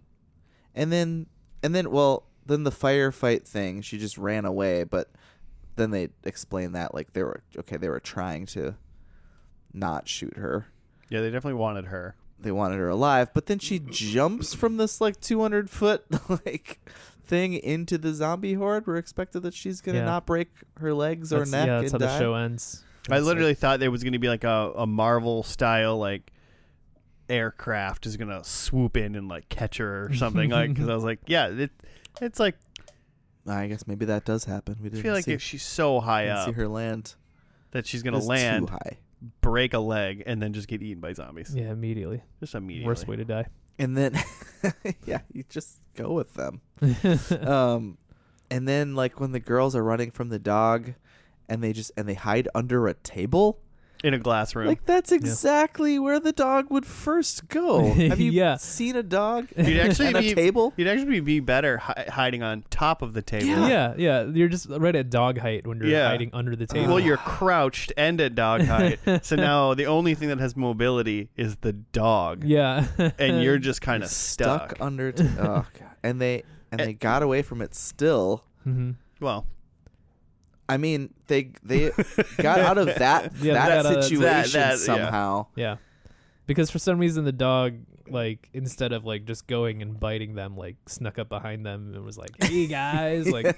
S3: and then and then well then the firefight thing she just ran away but then they explained that like they were okay they were trying to not shoot her
S1: Yeah, they definitely wanted her.
S3: they wanted her alive, but then she jumps from this like 200 foot like thing into the zombie horde. We're expected that she's gonna
S2: Yeah.
S3: not break her legs or
S2: that's,
S3: neck
S2: yeah,
S3: and
S2: that's how
S3: die.
S2: the show ends.
S1: I
S2: It's
S1: literally thought there was going to be like a, a Marvel style like aircraft is going to swoop in and like catch her or something like cuz I was like, yeah, it it's like
S3: I guess maybe that does happen. We
S1: I
S3: didn't
S1: feel like
S3: see,
S1: if she's so high
S3: didn't see
S1: up
S3: her land.
S1: that she's going
S3: It
S1: to
S3: was
S1: land,
S3: too high,
S1: break a leg and then just get eaten by zombies.
S2: yeah, immediately.
S1: Just immediately.
S2: Worst way to die.
S3: and then yeah, you just go with them. um, and then like when the girls are running from the dog, and they just and they hide under a table.
S1: in a glass room.
S3: Like that's exactly where the dog would first go. Have you
S2: Yeah.
S3: seen a dog
S1: You'd actually
S3: and a
S1: be
S3: table?
S1: you'd actually be better hi- hiding on top of the table.
S3: Yeah.
S2: yeah, yeah. You're just right at dog height when you're
S1: Yeah.
S2: hiding under the table.
S1: Well, you're crouched and at dog height. so now the only thing that has mobility is the dog.
S2: yeah.
S1: And you're just kind of stuck. Eh.
S3: stuck, under. T- oh, God. And they and they got away from it. Still,
S2: Mhm.
S1: well,
S3: I mean, they they got out of that
S2: Yeah, they
S3: that
S2: got out of that-
S3: situation
S1: that- yeah.
S3: somehow.
S2: Yeah. Because for some reason the dog like instead of like just going and biting them, like snuck up behind them and was like, "Hey guys, like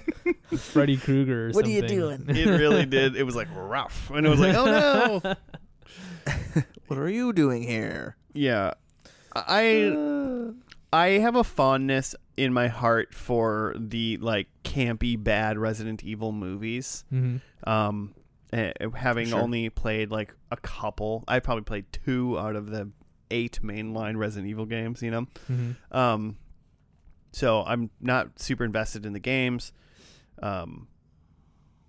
S2: Freddy Krueger or
S3: What are
S2: something."
S3: you doing?
S1: it really did. It was like rough, and it was like, oh no,
S3: What are you doing here?
S1: yeah. I I have a fondness in my heart for the like campy bad Resident Evil movies.
S2: hmm
S1: Um, eh, having
S3: Sure.
S1: only played like a couple, I probably played two out of the eight mainline Resident Evil games. You know,
S2: hmm
S1: Um, so I'm not super invested in the games. Um,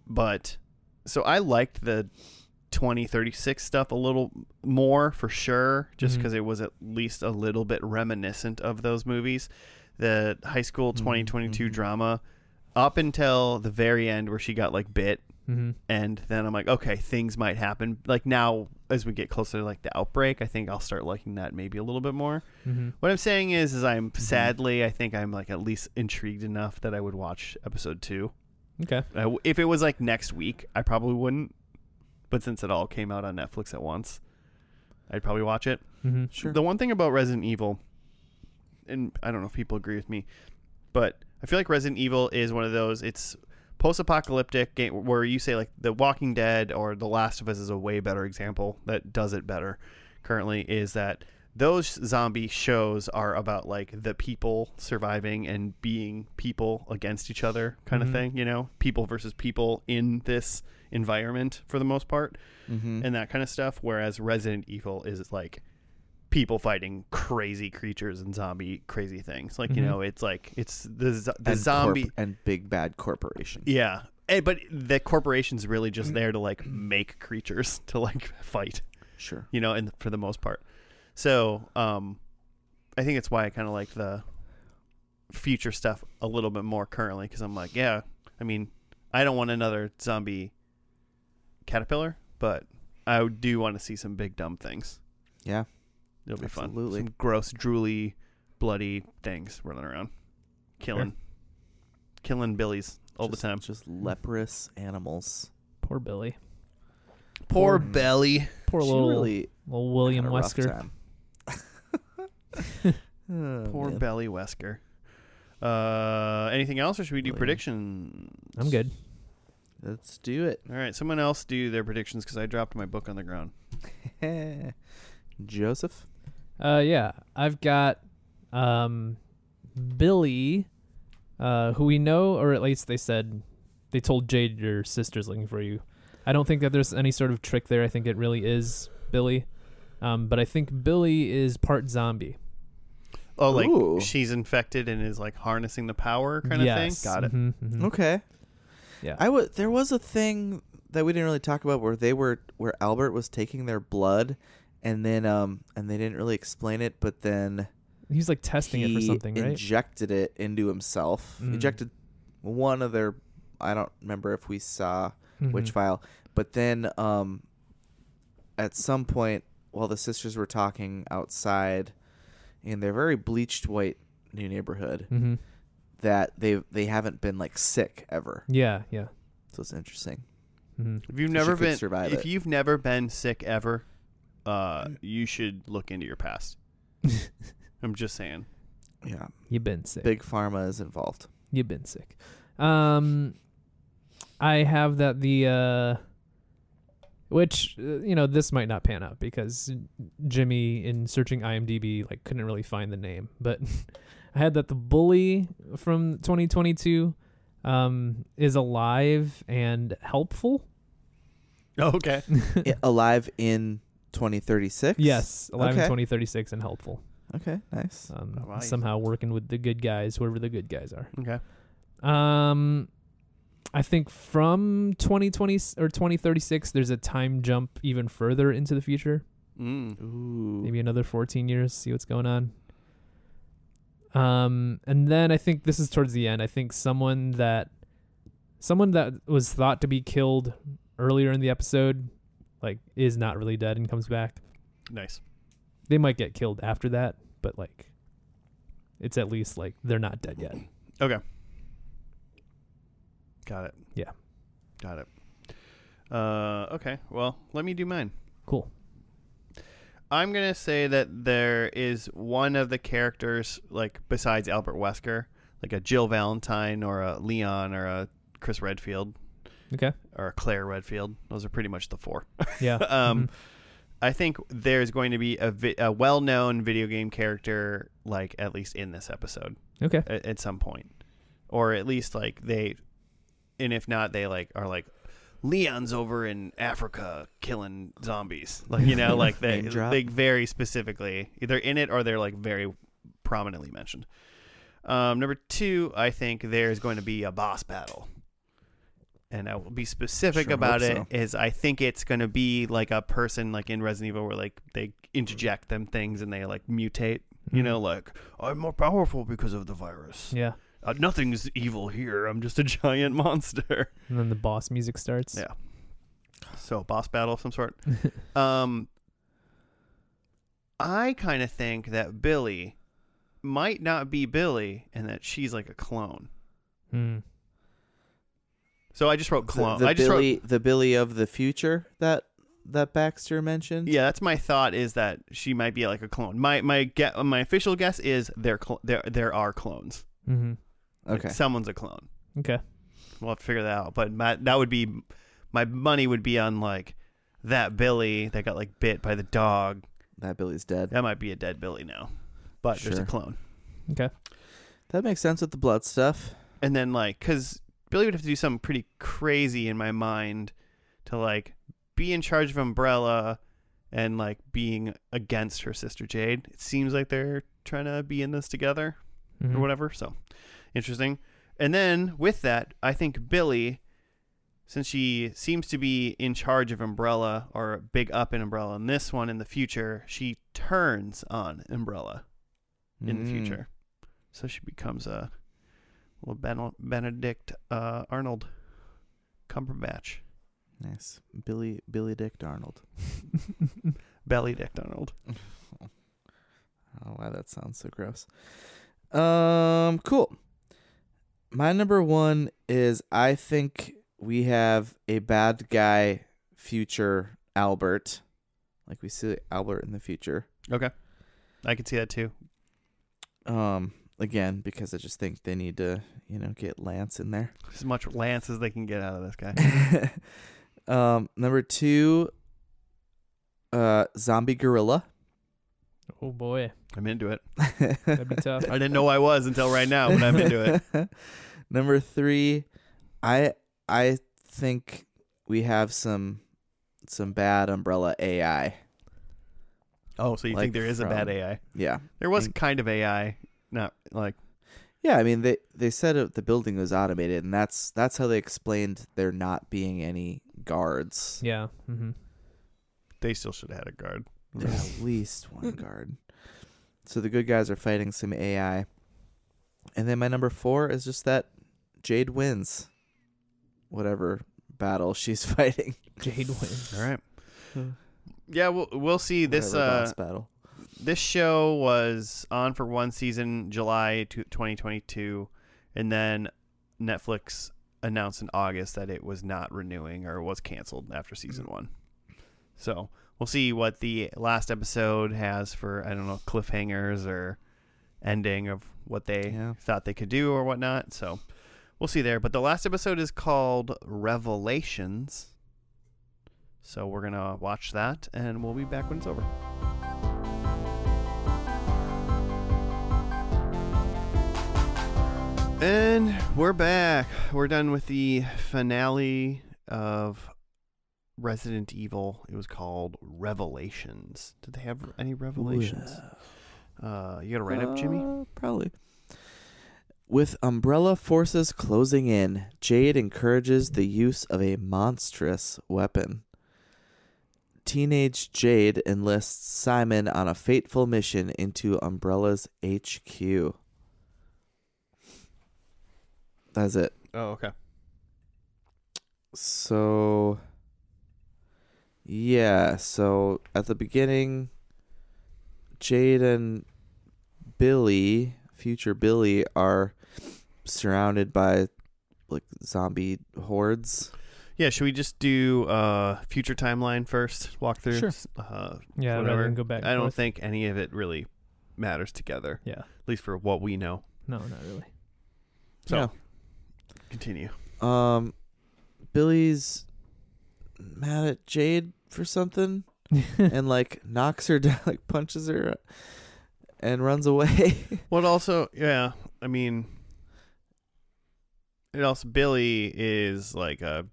S1: but so I liked the 2036 stuff a little more for sure, just
S2: Mhm.
S1: because it was at least a little bit reminiscent of those movies. The high school 2022
S3: Mhm.
S1: drama up until the very end where she got like bit
S2: hmm
S1: and then I'm like, okay, things might happen. Like now, as we get closer to like the outbreak, I think I'll start liking that maybe a little bit more.
S2: hmm
S1: What I'm saying is, is I'm sadly, I think I'm like at least intrigued enough that I would watch episode two.
S2: Okay.
S1: I w if it was like next week, I probably wouldn't. But since it all came out on Netflix at once, I'd probably watch it.
S2: hmm
S3: Sure.
S1: The one thing about Resident Evil, and I don't know if people agree with me, but I feel like Resident Evil is one of those. It's post-apocalyptic game where you say like The Walking Dead or The Last of Us is a way better example that does it better. Currently, is that those zombie shows are about like the people surviving and being people against each other kind
S2: Mhm.
S1: of thing. You know, people versus people in this environment for the most part
S3: hmm
S1: and that kind of stuff. Whereas Resident Evil is like people fighting crazy creatures and zombie crazy things. Like you
S2: Mhm.
S1: know, it's like it's the z- the
S3: Mm-hmm. and
S1: zombie.
S3: corp- and big bad corporation.
S1: yeah, Eh, but the corporation's really
S3: Mm.
S1: just there to like make creatures to like fight.
S3: Sure.
S1: You know, and for the most part, so um, I think it's why I kind of like the future stuff a little bit more currently because I'm like, yeah, I mean, I don't want another zombie caterpillar, but I do want to see some big dumb things.
S3: Yeah.
S1: It'll be
S3: Absolutely.
S1: fun. Some gross, drooly, bloody things running around, killing, killing billies all
S3: Just-
S1: the time.
S3: Just leprous animals.
S2: Poor Billy.
S1: Poor
S3: poor-
S1: belly.
S2: Poor
S3: She
S2: little,
S3: really
S2: little William
S3: had a rough
S2: Wesker.
S3: time. Oh,
S1: Poor
S3: man.
S1: belly Wesker. Uh, anything else, or should we do
S3: William.
S1: predictions?
S2: I'm good.
S3: Let's do it.
S1: All right, someone else do their predictions because I dropped my book on the ground.
S3: Joseph.
S2: Uh, yeah, I've got um, Billy, uh, who we know, or at least they said they told Jade your sister's looking for you. I don't think that there's any sort of trick there. I think it really is Billy, um, but I think Billy is part zombie.
S1: Oh, like
S3: Ooh.
S1: she's infected and is like harnessing the power kind
S2: yes.
S1: of thing. Got it.
S2: Mhm, mhm.
S3: Okay.
S2: Yeah.
S3: I would. There was a thing that we didn't really talk about where they were where Albert was taking their blood, and then um and they didn't really explain it, but then
S2: He's like testing it for
S3: he
S2: something, right?
S3: injected it into himself.
S2: Mm.
S3: Injected one of their. I don't remember if we saw
S2: Mhm.
S3: which file, but then um at some point while the sisters were talking outside in their very bleached white new neighborhood
S2: Mhm.
S3: that they they haven't been like sick ever.
S2: Yeah, yeah.
S3: So it's interesting.
S2: Mhm.
S1: Mm-hmm. If you've
S3: So she
S1: never
S3: could
S1: been,
S3: survive
S1: if
S3: it.
S1: you've never been sick ever, uh, you should look into your past. I'm just saying.
S3: Yeah.
S2: You've been sick.
S3: Big pharma is involved.
S2: You've been sick. Um, I have that the uh, which uh, you know this might not pan out because Jimmy in searching IMDb like couldn't really find the name, but I had that the bully from 2022 um is alive and helpful.
S3: Oh,
S1: Okay.
S3: I- alive in 2036.
S2: Yes, alive in
S3: Okay.
S2: 2036 and helpful.
S3: Okay. Nice.
S2: Um,
S1: Oh, wow, he's-
S2: somehow working with the good guys, whoever the good guys are.
S1: Okay.
S2: Um, I think from 2020 s- or 2036, there's a time jump even further into the future.
S1: Mm.
S3: Ooh.
S2: Maybe another 14 years. See what's going on. Um, and then I think this is towards the end. I think someone that someone that was thought to be killed earlier in the episode, like, is not really dead and comes back.
S1: Nice.
S2: They might get killed after that, but like, it's at least like they're not dead yet.
S1: Okay. Got it.
S2: Yeah.
S1: Got it. Uh, okay. Well, let me do mine.
S2: Cool.
S1: I'm gonna say that there is one of the characters, like besides Albert Wesker, like a Jill Valentine or a Leon or a Chris Redfield
S2: Okay.
S1: or a Claire Redfield. Those are pretty much the four.
S2: Yeah.
S1: Um,
S2: Mhm.
S1: I think there's going to be a, vi- a well-known video game character, like at least in this episode,
S2: Okay.
S1: at, at some point, or at least like they, and if not, they like are like Leon's over in Africa killing zombies, like you know, like they
S3: Name drop.
S1: like very specifically either in it or they're like very prominently mentioned. Um, number two, I think there's going to be a boss battle. And I will be specific
S3: Sure
S1: about
S3: hope
S1: it.
S3: so.
S1: Is I think it's going to be like a person like in Resident Evil where like they interject them things and they like mutate. You
S3: Mm-hmm.
S2: Mhm.
S1: know, like I'm more powerful because of the virus.
S2: Yeah.
S1: Uh, nothing's evil here. I'm just a giant monster.
S2: And then the boss music starts.
S1: Yeah. So boss battle of some sort. Um, I kind of think that Billy might not be Billy, and that she's like a clone.
S2: Hmm.
S1: So I just wrote
S3: The-
S1: clone.
S3: The,
S1: I just wrote
S3: Billy, the Billy of the future that that Baxter mentioned.
S1: Yeah, that's my thought. Is that she might be like a clone. My my ge- my official guess is there cl- there there are clones.
S2: hmm
S1: Like,
S3: Okay.
S1: someone's a clone.
S2: Okay.
S1: We'll have to figure that out. But my, that would be my money would be on like that Billy that got like bit by the dog.
S3: That Billy's dead.
S1: That might be a dead Billy now, but there's a
S3: Sure.
S1: clone.
S2: Okay.
S3: That makes sense with the blood stuff.
S1: And then like because Billy would have to do something pretty crazy in my mind to like be in charge of Umbrella and like being against her sister Jade. It seems like they're trying to be in this together.
S2: Mhm.
S3: Mm-hmm.
S1: or whatever. So interesting. And then with that, I think Billy, since she seems to be in charge of Umbrella or big up in Umbrella in this one in the future, she turns on Umbrella in the
S3: Mm.
S1: future. So she becomes a little ben- Benedict uh, Arnold Cumberbatch.
S3: Nice. Billy Billy Dick Darnold.
S1: Belly Dick Donald.
S3: I don't know why that sounds so gross. Um, cool. My number one is I think we have a bad guy future Albert. Like we see Albert in the future.
S1: Okay. I could see that too.
S3: Um, again, because I just think they need to, you know, get Lance in there.
S1: As much Lance as they can get out of this guy.
S3: um, number two, uh, zombie gorilla.
S2: Oh boy,
S1: I'm into it.
S2: that'd be tough.
S1: I didn't know I was until right now, but I'm into it.
S3: it. Number three, I I think we have some some bad umbrella AI.
S1: Oh, so you
S3: Like
S1: think there is a bad
S3: from-
S1: AI?
S3: Yeah,
S1: There was
S3: think-
S1: kind of AI, not like
S3: yeah. I mean, they they said it, the building was automated, and that's that's how they explained there not being any guards.
S2: yeah. Mm-hmm.
S1: they still should have had a guard.
S3: There's at least one guard. So the good guys are fighting some AI, and then my number four is just that Jade wins, whatever battle she's fighting.
S2: Jade wins.
S1: All right. Yeah, we'll we'll see. This
S3: Whatever
S1: uh,
S3: boss battle.
S1: this show was on for one season, July to- 2022, and then Netflix announced in August that it was not renewing or was canceled after season one. So we'll see what the last episode has for I don't know cliffhangers or ending of what they
S3: Yeah.
S1: thought they could do or whatnot. So we'll see there. But the last episode is called Revelations. So we're gonna watch that, and we'll be back when it's over. And we're back. We're done with the finale of Resident Evil. It was called Revelations. Did they have any revelations? Uh, you got to write Oh, up, Jimmy.
S3: Uh, probably. With umbrella forces closing in, Jade encourages the use of a monstrous weapon. Teenage Jade enlists Simon on a fateful mission into Umbrella's HQ. That's it.
S1: Oh, okay.
S3: So, yeah. So at the beginning, Jade and Billy, future Billy, are surrounded by like zombie hordes.
S1: Yeah, should we just do uh future timeline first? Walk through.
S2: Sure.
S1: s- Uh,
S2: Yeah,
S1: whatever.
S2: rather than go back. and
S1: I don't
S2: forth.
S1: think any of it really matters together,
S2: Yeah.
S1: at least for what we know.
S2: No, not really.
S1: So continue.
S3: Yeah. Um, Billy's mad at Jade for something, and like knocks her down, like punches her, and runs away.
S1: Well, it also, yeah, I mean, it also Billy is like a,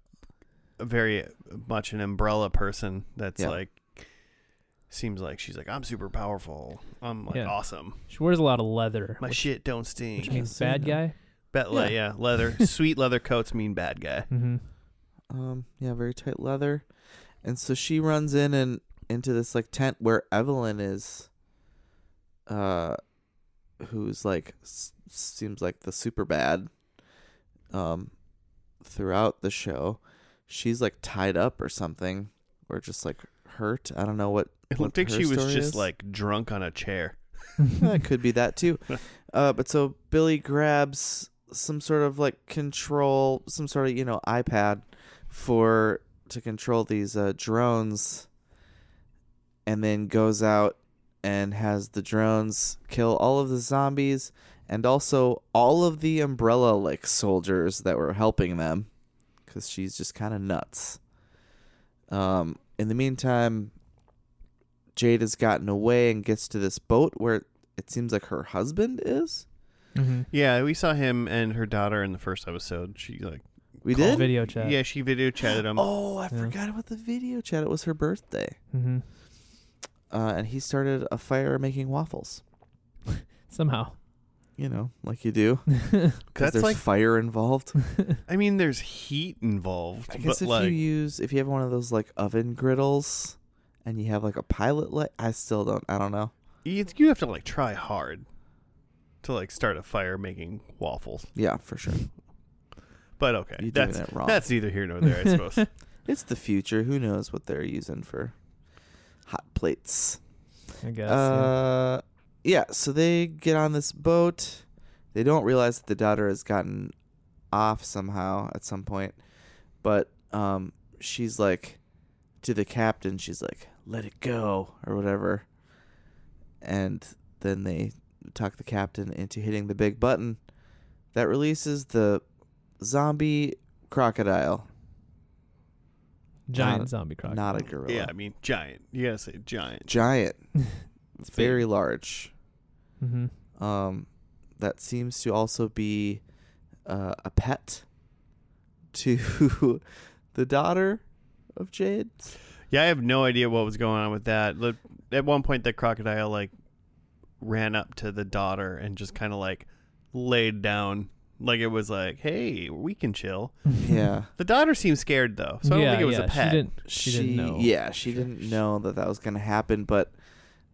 S1: a very much an umbrella person. That's
S3: Yeah.
S1: like seems like she's like I'm super powerful. I'm like
S2: Yeah.
S1: awesome.
S2: she wears a lot of leather,
S1: My
S2: which,
S1: shit don't
S2: which
S1: stink.
S2: means bad guy.
S1: Bet le- yeah.
S3: Yeah.
S1: leather sweet leather coats mean bad guy.
S2: Mm-hmm.
S3: um yeah very tight leather and so she runs in and into this like tent where evelyn is uh who's like s- seems like the super bad um throughout the show she's like tied up or something or just like hurt i don't know what
S1: It
S3: what
S1: looked like
S3: her
S1: she was
S3: story
S1: just
S3: is.
S1: like drunk on a chair.
S3: yeah, it could be that too. Uh, but so Billy grabs some sort of like control, some sort of you know iPad for to control these uh, drones, and then goes out and has the drones kill all of the zombies and also all of the umbrella like soldiers that were helping them because she's just kind of nuts. Um, in the meantime, Jade has gotten away and gets to this boat where it seems like her husband is.
S2: Mm-hmm.
S1: Yeah, we saw him and her daughter in the first episode. She like
S3: We
S1: Call
S3: did.
S2: Video chat.
S1: yeah, she video chatted him.
S3: Oh, I
S2: Yeah.
S3: forgot about the video chat. It was her birthday,
S2: Mm-hmm.
S3: uh, and he started a fire making waffles.
S2: Somehow.
S3: You know, like you do, because
S1: That's
S3: there's
S1: like
S3: fire involved.
S1: I mean, there's heat involved,
S3: I
S1: but
S3: guess if
S1: like
S3: you use if you have one of those like oven griddles, and you have like a pilot light, I still don't. I don't know.
S1: you, you have to like try hard to like start a fire making waffles.
S3: Yeah, for sure.
S1: But okay,
S3: You're doing
S1: that's
S3: it wrong.
S1: that's neither here nor there, I suppose.
S3: It's the future. Who knows what they're using for hot plates?
S2: I guess. yeah.
S3: Uh, yeah. So they get on this boat. They don't realize that the daughter has gotten off somehow at some point, but um, she's like to the captain. She's like, "Let it go" or whatever. And then they talk the captain into hitting the big button that releases the zombie crocodile,
S2: Giant
S3: not-
S2: zombie crocodile.
S3: not a gorilla.
S1: Yeah, I mean giant. You gotta say giant.
S3: Giant,
S2: It's big.
S3: very large.
S2: Mhm.
S3: um, that seems to also be uh, a pet to the daughter of Jade.
S1: Yeah, I have no idea what was going on with that. Look, At one point, the crocodile like ran up to the daughter and just kind of like laid down, like it was like, "Hey, we can chill."
S3: Yeah,
S1: The daughter seemed scared though, so I don't
S2: yeah,
S1: think it was
S2: yeah.
S1: a pet.
S2: She didn't. She, didn't know.
S3: Yeah, she didn't know that that was gonna happen, but.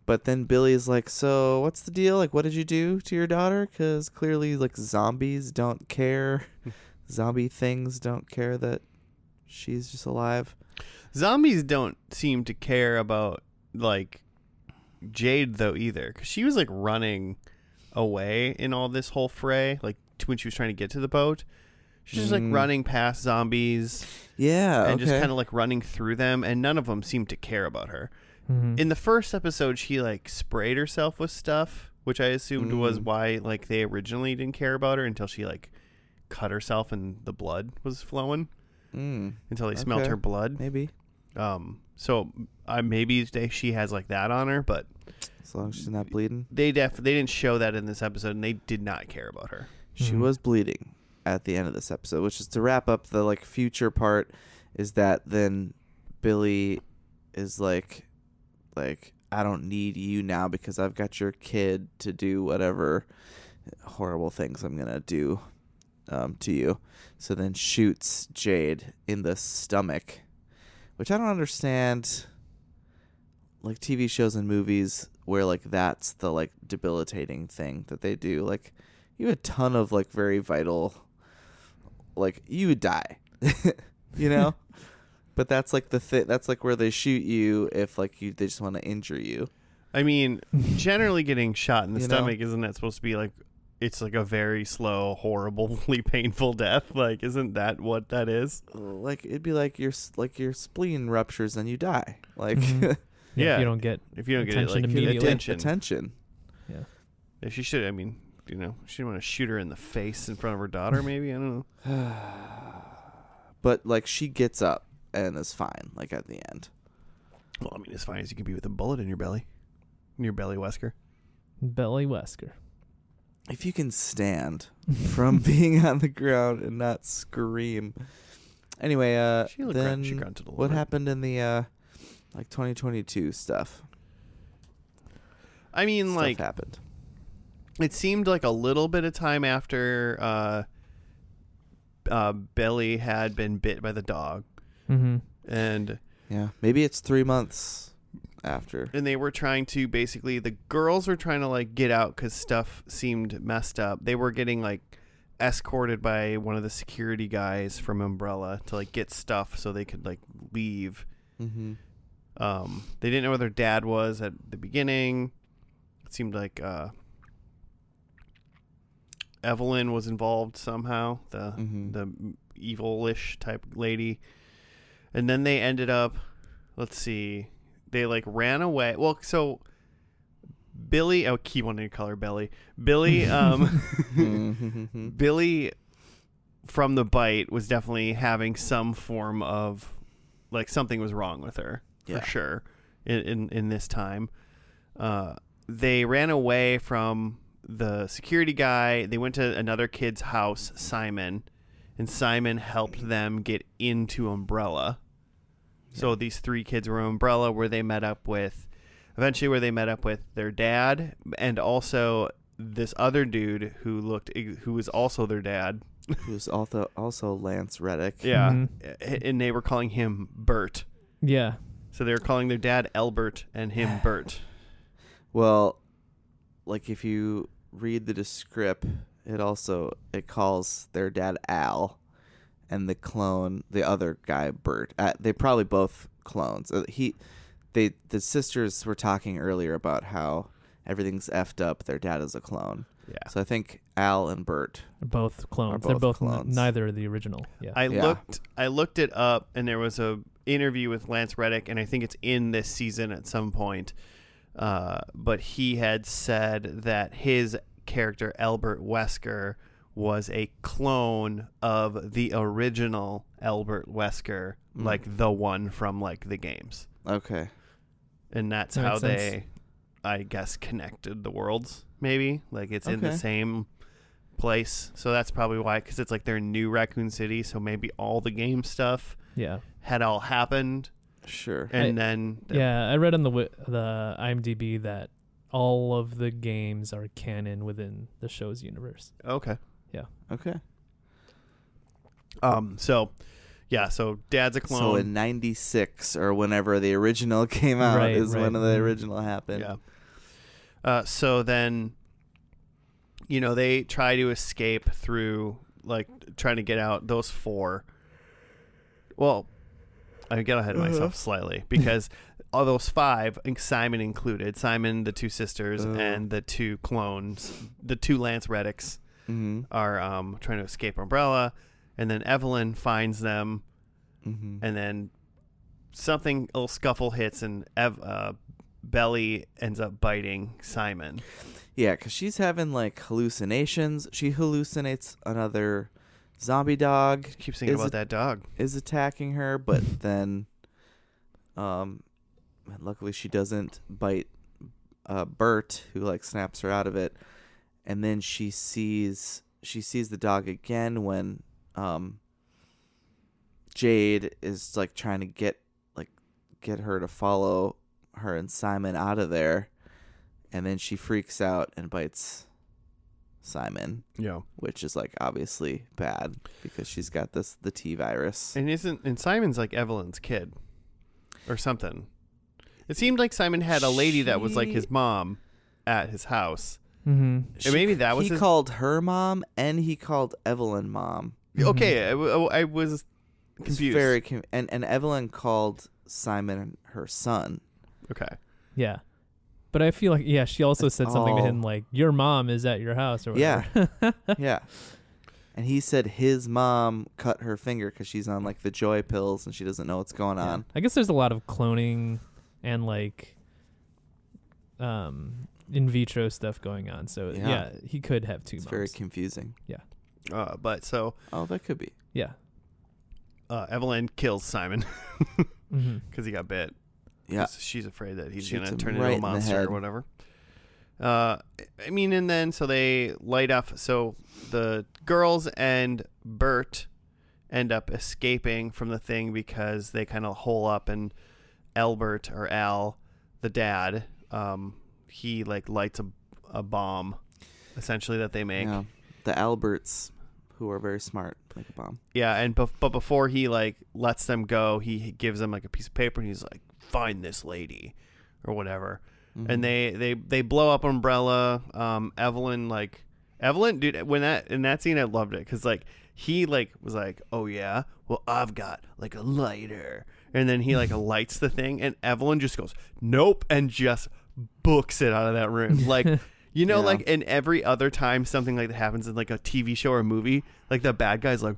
S3: But then Billy's like, "So what's the deal? Like, what did you do to your daughter? Because clearly, like, zombies don't care. Zombie things don't care that she's just alive.
S1: Zombies don't seem to care about like Jade though either, because she was like running away in all this whole fray, like t- when she was trying to get to the boat. She's just like
S3: Mm.
S1: running past zombies
S3: Yeah,
S1: and just
S3: okay.
S1: kind of like running through them, and none of them seem to care about her.
S2: Mhm.
S1: in the first episode she like sprayed herself with stuff which i assumed was
S3: Mm.
S1: why like they originally didn't care about her until she like cut herself and the blood was flowing
S3: mm,
S1: until they smelt
S3: Okay.
S1: her blood
S3: maybe
S1: um so i maybe they- she has like that on her but
S3: as long as she's not bleeding.
S1: they def they didn't show that in this episode and they did not care about her
S3: She
S2: Mhm.
S3: was bleeding at the end of this episode, which is to wrap up the like future part is that then Billy is like like I don't need you now because I've got your kid to do whatever horrible things I'm going to do um, to you. So then shoots Jade in the stomach, which I don't understand like TV shows and movies where like that's the like debilitating thing that they do like you have a ton of like very vital like you would die you know but that's like the thing that's like where they shoot you if like you they just want to injure you
S1: i mean generally getting shot in the
S3: You know?
S1: stomach isn't that supposed to be like it's like a very slow horribly painful death like isn't that what that is
S3: like it'd be like your s- like your spleen ruptures and you die like
S2: Mhm. Yeah,
S1: Yeah.
S2: If you don't get.
S1: if you don't get it
S2: Attention
S1: like
S2: immediately.
S1: attention
S3: attention
S1: Yeah, she should. I mean, you know, she didn't want to shoot her in the face in front of her daughter. Maybe I don't know.
S3: but like she gets up and is fine like at the end
S1: Well, I mean, as fine as you can be with a bullet in your belly, in your belly, Wesker.
S2: Belly Wesker.
S3: if you can stand from being on the ground and not scream anyway uh
S1: she looked grunt-
S3: then
S1: she grunted a little.
S3: what
S1: bit.
S3: happened in the uh like 2022 stuff
S1: I mean,
S3: stuff
S1: like
S3: happened
S1: it seemed like a little bit of time after uh, uh, Belly had been bit by the dog,
S2: Mm-hmm.
S1: and
S3: yeah maybe it's three months after
S1: and they were trying to basically the girls were trying to like get out because stuff seemed messed up they were getting like escorted by one of the security guys from umbrella to like get stuff so they could like leave
S3: mm-hmm.
S1: um they didn't know where their dad was at the beginning it seemed like uh evelyn was involved somehow the
S3: Mhm.
S1: the evilish type lady and then they ended up let's see they like ran away well so billy oh keep wanting to call her billy billy um
S3: Mm-hmm.
S1: billy from the bite was definitely having some form of like something was wrong with her
S3: Yeah.
S1: for sure in, in in this time uh they ran away from the security guy they went to another kid's house simon and simon helped them get into umbrella so these three kids were in umbrella where they met up with eventually where they met up with their dad and also this other dude who looked e, who was also their dad
S3: who's also also lance reddick
S1: yeah
S2: Mhm.
S1: and they were calling him bert
S2: Yeah.
S1: so they were calling their dad Albert and him Bert.
S3: well like if you read the descript it also it calls their dad al and the clone, the other guy, Bert. Uh, they probably both clones. Uh, he, they, the sisters were talking earlier about how everything's effed up. Their dad is a clone.
S1: Yeah.
S3: So I think Al and Bert.
S2: They're both clones. They're both
S3: both
S2: n-
S3: clones.
S2: neither are the original. Yeah.
S1: I
S3: Yeah.
S1: looked I looked it up and there was a interview with Lance Reddick and I think it's in this season at some point. Uh, but he had said that his character Albert Wesker was a clone of the original Albert Wesker,
S3: Mm.
S1: like the one from like the games.
S3: Okay.
S1: And that's
S2: That
S1: how
S2: makes sense.
S1: they I guess connected the worlds maybe. Like it's in the
S3: Okay.
S1: same place. So that's probably why cuz it's like their new Raccoon City, so maybe all the game stuff
S2: yeah.
S1: had all happened,
S3: Sure.
S1: and
S2: I-
S1: then
S2: Yeah, I read on the wi- the IMDb that all of the games are canon within the show's universe.
S1: okay.
S3: Okay.
S1: Um, so yeah, so dad's a clone.
S3: So in '96 or whenever the original came out
S2: Right,
S3: is
S2: right.
S3: when the
S2: Mhm.
S3: original happened.
S1: yeah. Uh, so then, you know, they try to escape through like trying to get out those four. Well, I get ahead of myself slightly because all those five, and Simon included, Simon, the two sisters,
S3: Oh.
S1: and the two clones, the two Lance Reddicks,
S3: Mm-hmm.
S1: are um, trying to escape Umbrella, and then Evelyn finds them,
S3: Mm-hmm.
S1: and then something a little scuffle hits, and Ev- uh, Belly ends up biting Simon.
S3: Yeah, because she's having like hallucinations. She hallucinates another zombie dog
S1: Keep thinking
S3: Is
S1: about
S3: it-
S1: that dog.
S3: is attacking her, but then, um, luckily she doesn't bite uh, Bert, who like snaps her out of it, and then she sees she sees the dog again when um Jade is like trying to get like get her to follow her and Simon out of there, and then she freaks out and bites Simon,
S1: Yeah,
S3: which is like obviously bad because she's got this the T virus.
S1: and isn't and Simon's like Evelyn's kid, or something. It seemed like Simon had a lady that was like
S3: She-
S1: his mom at his house.
S2: Mm-hmm.
S1: And maybe that was
S3: he
S1: his-
S3: called her mom and he called Evelyn mom.
S1: Okay,
S2: Mm-hmm.
S3: uh,
S1: I, w- oh, I was
S3: It's
S1: confused.
S3: Very com- and and Evelyn called Simon her son.
S1: okay,
S2: Yeah. But I feel like yeah, she also
S3: It's
S2: said something to him
S3: all-
S2: like your mom is at your house or
S3: Yeah.
S2: whatever.
S3: yeah. And he said his mom cut her finger because she's on like the joy pills and she doesn't know what's going on.
S2: I guess there's a lot of cloning and like um in vitro stuff going on. So yeah,
S3: Yeah.
S2: he could have two
S3: It's
S2: moms.
S3: very confusing.
S1: uh, but so
S3: Oh, that could be.
S2: yeah.
S1: uh, Evelyn kills Simon
S2: hmm
S1: because he got bit.
S3: Yeah.
S1: 'Cause she's afraid that he's
S3: Shoots
S1: gonna
S3: him
S1: turn into
S3: right in
S1: a
S3: the
S1: monster or
S3: head.
S1: whatever. Uh, I mean, and then so they light up. So the girls and Bert end up escaping from the thing because they kind of hole up, and Albert or Al, the dad, um, he like lights a a bomb, essentially that they make.
S3: Yeah. The Alberts, who are very smart, like a bomb.
S1: Yeah, and bef- but before he like lets them go, he gives them like a piece of paper, and he's like, "Find this lady," or whatever.
S3: Mhm.
S1: and they they they blow up umbrella um evelyn like evelyn dude when that in that scene i loved it because like he like was like oh yeah well i've got like a lighter and then he like lights the thing and evelyn just goes nope and just books it out of that room like you know
S3: Yeah.
S1: like in every other time something like that happens in like a tv show or movie like the bad guy's like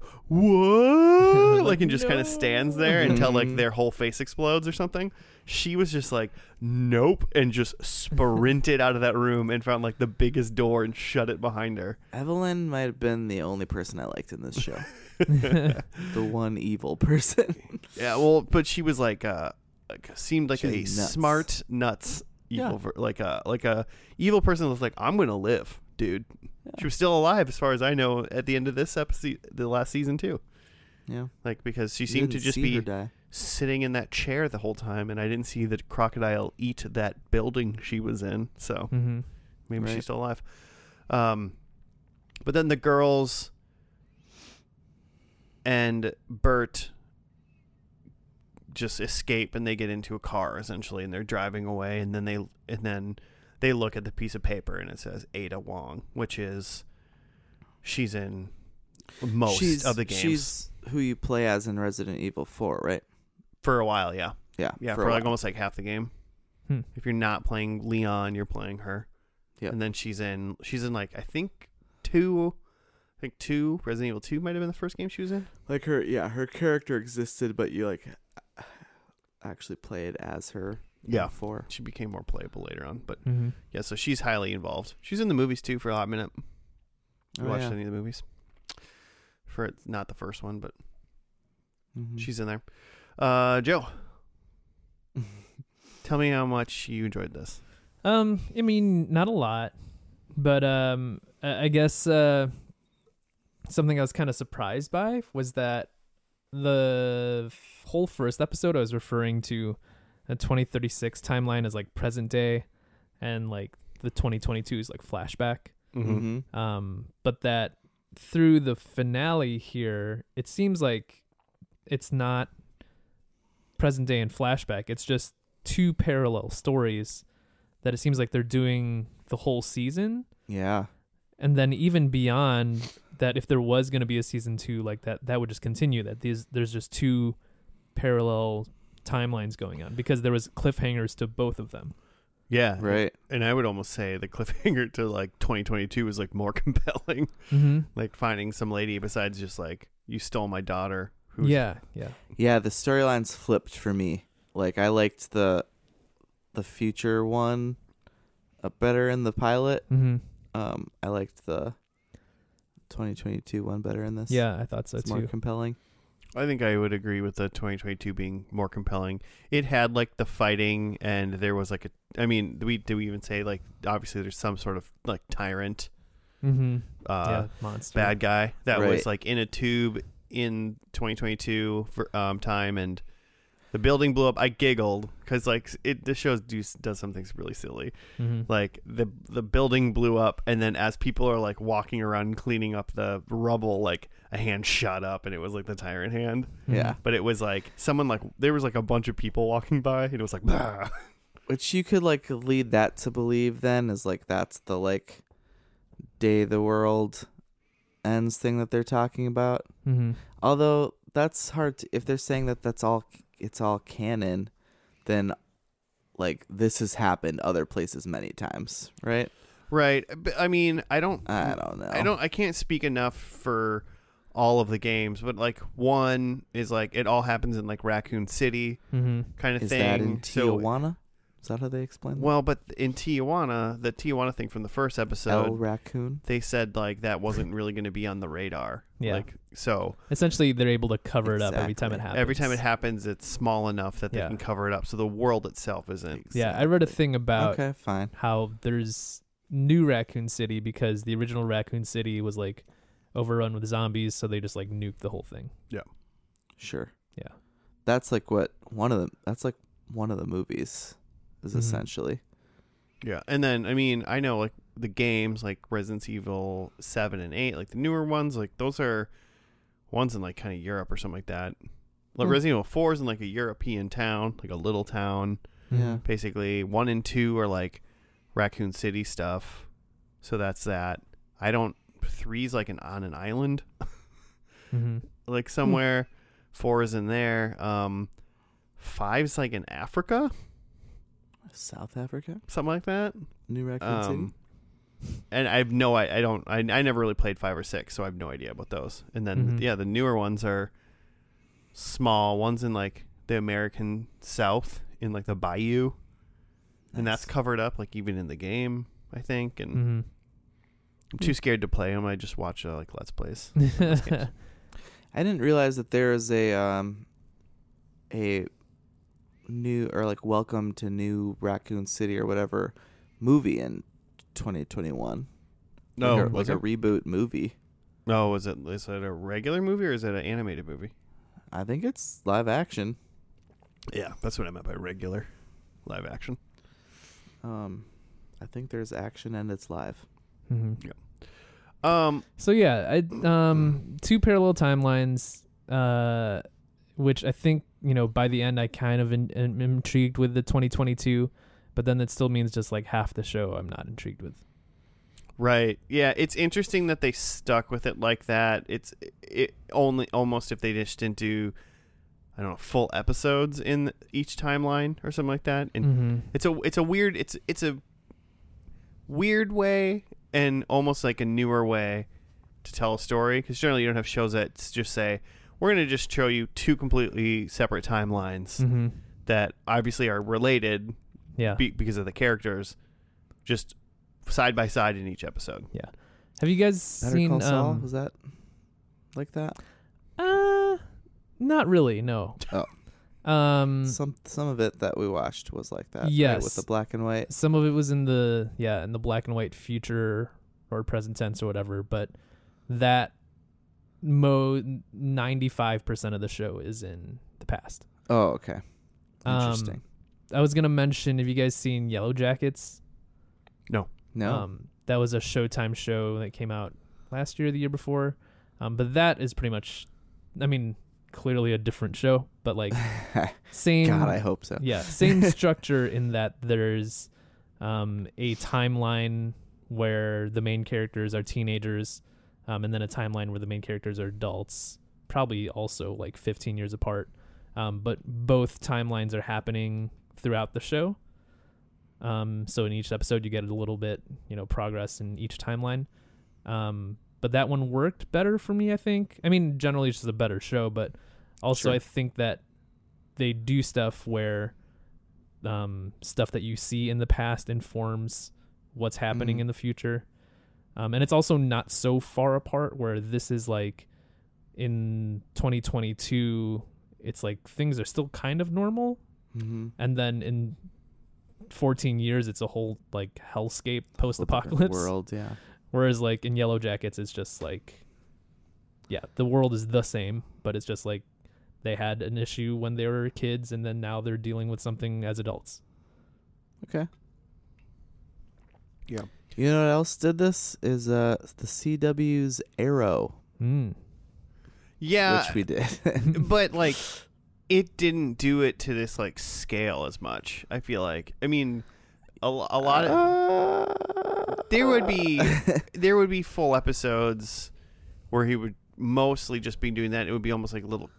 S1: what like and just kind
S2: no.
S1: of stands there until like
S3: Mhm.
S1: their whole face explodes or something she was just like nope and just sprinted out of that room and found like the biggest door and shut it behind her
S3: Evelyn might have been the only person I liked in this show. the one evil person.
S1: yeah well but she was like uh like seemed like
S3: She's
S1: a
S3: nuts.
S1: smart nuts evil
S3: Yeah.
S1: ver- like a like a evil person that was like i'm gonna live dude she was still alive as far as i know at the end of this episode the last season too
S3: Yeah.
S1: like because she
S3: You
S1: seemed to
S3: didn't
S1: just
S3: see her
S1: be
S3: die.
S1: sitting in that chair the whole time and i didn't see the crocodile eat that building she was in so
S2: hmm
S1: Maybe
S3: Right.
S1: she's still alive. Um, but then the girls and Bert just escape and they get into a car essentially and they're driving away and then they and then they look at the piece of paper and it says Ada Wong, which is she's in most
S3: she's,
S1: of the games
S3: She's who you play as in Resident Evil 4, right?
S1: for a while. Yeah,
S3: Yeah.
S1: yeah,
S3: for
S1: for,
S3: a
S1: like
S3: while.
S1: almost like half the game.
S2: Hmm.
S1: If you're not playing Leon, you're playing her.
S3: Yep.
S1: and then she's in. She's in like I think two. I think two Resident Evil Two might have been the first game she was in.
S3: like her yeah, her character existed but you like actually played as her in
S1: Yeah.
S3: 4.
S1: She became more playable later on, but
S2: Mm-hmm.
S1: yeah, so she's highly involved. She's in the movies too for a hot minute. You
S3: Oh,
S1: watched
S3: yeah.
S1: any of the movies? For it's not the first one,
S3: Mm-hmm.
S1: but
S3: Mhm.
S1: she's in there. Uh, Joe, tell me how much you enjoyed this.
S2: Um, I mean, not a lot, but um, I I guess uh, something I was kind of surprised by was that the f- whole first episode I was referring to a 2036 timeline as like present day, and like the 2022 is like flashback.
S1: mm-hmm.
S3: Mhm.
S2: Um, but that through the finale here, it seems like it's not present day and flashback. It's just two parallel stories that it seems like they're doing the whole season.
S3: Yeah.
S2: And then even beyond that, if there was going to be a season two, like that, that would just continue. That these there's just two parallel timelines going on because there was cliffhangers to both of them.
S1: Yeah,
S3: Right.
S1: And I would almost say the cliffhanger to like 2022 was like more compelling,
S2: Mm-hmm.
S1: like finding some lady besides just like you stole my daughter. Who's,
S2: Yeah, yeah.
S3: Yeah, the storylines flipped for me. Like I liked the the future one uh, better in the pilot.
S2: Mm-hmm.
S3: Um, I liked the 2022 one better in this.
S2: Yeah, I thought so
S3: it's more
S2: too.
S3: compelling.
S1: I think I would agree with the 2022 being more compelling. It had like the fighting, and there was like a. I mean, do we do we even say like obviously there's some sort of like tyrant,
S2: Mm-hmm.
S1: uh,
S2: yeah, monster.
S1: bad guy that
S3: Right.
S1: was like in a tube in 2022 for um, time and the building blew up i giggled because like it this show do, does something really silly
S2: Mm-hmm.
S1: like the the building blew up and then as people are like walking around cleaning up the rubble like a hand shot up and it was like the tyrant hand
S2: Mm-hmm.
S3: Yeah.
S1: but it was like someone like there was like a bunch of people walking by and it was like "Bah."
S3: Which you could like lead that to believe then is like that's the like day the world ends thing that they're talking about.
S2: Mm-hmm.
S3: Although that's hard to, if they're saying that that's all it's all canon, then like this has happened other places many times, right?
S1: right but i mean i don't
S3: I don't know.
S1: Mm, I don't I can't speak enough for all of the games, but like one is like it all happens in like Raccoon City
S2: Mm-hmm.
S1: kind of
S3: Is
S1: thing.
S3: that in
S1: So-
S3: Tijuana? Is that how they explain
S1: well, but in Tijuana, the Tijuana thing from the first
S3: that? El
S1: episode,
S3: Raccoon?
S1: they said like that wasn't really going to be on the radar.
S2: Yeah.
S1: Like so
S2: Essentially, they're able to cover it up every time it
S3: Exactly.
S2: happens.
S1: every time it happens it's small enough that they
S2: Yeah.
S1: can cover it up so the world itself isn't.
S2: Yeah, I read a thing
S1: uh,
S2: about
S3: Okay, fine.
S2: how there's new Raccoon City because the original Raccoon City was like overrun with zombies, so they just like nuked the whole thing.
S3: Sure.
S2: Yeah.
S3: That's like what one of them that's like one of the movies is
S2: Mhm.
S1: Mm-hmm.
S3: essentially.
S1: Yeah. And then I mean, I know like the games like Resident Evil 7 and 8, like the newer ones, like those are ones in like kind of Europe or something like that. Like
S3: Hmm.
S1: Resident Evil 4 is in like a European town, like a little town.
S3: Yeah.
S1: Basically, 1 and 2 are like Raccoon City stuff. So that's that. I don't 3's like an on an island
S2: Mm-hmm.
S1: like
S3: Hmm.
S1: somewhere. 4 is in there. Um 5's like in Africa,
S3: South Africa?
S1: something like that.
S3: New Raccoon City?
S1: Um, and I have no, I, I don't, I, I never really played five or six, so I have no idea about those. And then,
S3: Mm-hmm.
S2: Mhm.
S1: yeah, the newer ones are small ones in like the American South in like the bayou, and that's
S3: Nice.
S1: covered up like even in the game, I think. And
S2: Mm-hmm.
S1: I'm too scared to play them. I just watch uh, like let's plays.
S2: Mm-hmm.
S1: games.
S3: I didn't realize that there is a um a new or like welcome to new Raccoon City or whatever movie in 2021.
S1: No,
S3: like a,
S1: Oh, was
S3: like a
S1: it?
S3: reboot movie.
S1: No, is it is it a regular movie or is it an animated movie?
S3: I think it's live action.
S1: Yeah, that's what I meant by regular, live action.
S3: Um I think there's action and it's live.
S2: Mm-hmm.
S1: Um,
S2: So yeah, I um two parallel timelines, uh, which I think you know by the end I kind of in, am intrigued with the 2022, but then that still means just like half the show I'm not intrigued with.
S1: Right. Yeah, it's interesting that they stuck with it like that. It's it only almost if they just didn't do I don't know, full episodes in each timeline or something like that. And
S2: Mm-hmm.
S1: it's a it's a weird it's it's a weird way and almost like a newer way to tell a story because generally you don't have shows that s- just say we're going to just show you two completely separate timelines
S2: Mm-hmm.
S1: that obviously are related
S2: Yeah.
S1: be- because of the characters just side by side in each episode
S2: Have you guys
S3: Better
S2: seen?
S3: Call Saul
S2: um,
S3: was that like that?
S2: Uh, not really. No.
S3: Oh.
S2: Um.
S3: Some some of it that we watched was like that. right,
S2: Yes.
S3: with the black and white.
S2: Some of it was in the yeah in the black and white future or present tense or whatever, but that mo ninety five percent of the show is in the past.
S3: Oh, okay.
S2: Um,
S3: Interesting.
S2: I was gonna mention. Have you guys seen Yellow Jackets?
S3: no.
S2: Um, that was a Showtime show that came out last year, or the year before. Um, but that is pretty much, I mean, clearly a different show, but like same.
S3: God, I hope so.
S2: yeah same structure in that there's um, a timeline where the main characters are teenagers um, and then a timeline where the main characters are adults probably also like 15 years apart um, but both timelines are happening throughout the show um, so in each episode you get a little bit you know progress in each timeline um, but that one worked better for me i think i mean generally it's just a better show but also
S3: Sure.
S2: i think that they do stuff where um, stuff that you see in the past informs what's happening
S3: Mhm.
S2: in the future. Um, and it's also not so far apart where this is like in 2022, it's like things are still kind of normal.
S3: Mm-hmm.
S2: And then in 14 years, it's a whole like hellscape post
S3: Different
S2: apocalypse.
S3: world. Yeah.
S2: Whereas like in Yellow Jackets, it's just like, yeah, the world is the same, but it's just like they had an issue when they were kids, and then now they're dealing with something as adults.
S3: You know what else did this is uh the CW's Arrow,
S2: Mm.
S1: yeah
S3: which we did.
S1: Uh, but like it didn't do it to this like scale as much i feel like i mean a, lo- a lot of
S3: Uh,
S1: there would be there would be full episodes where he would mostly just be doing that it would be almost like little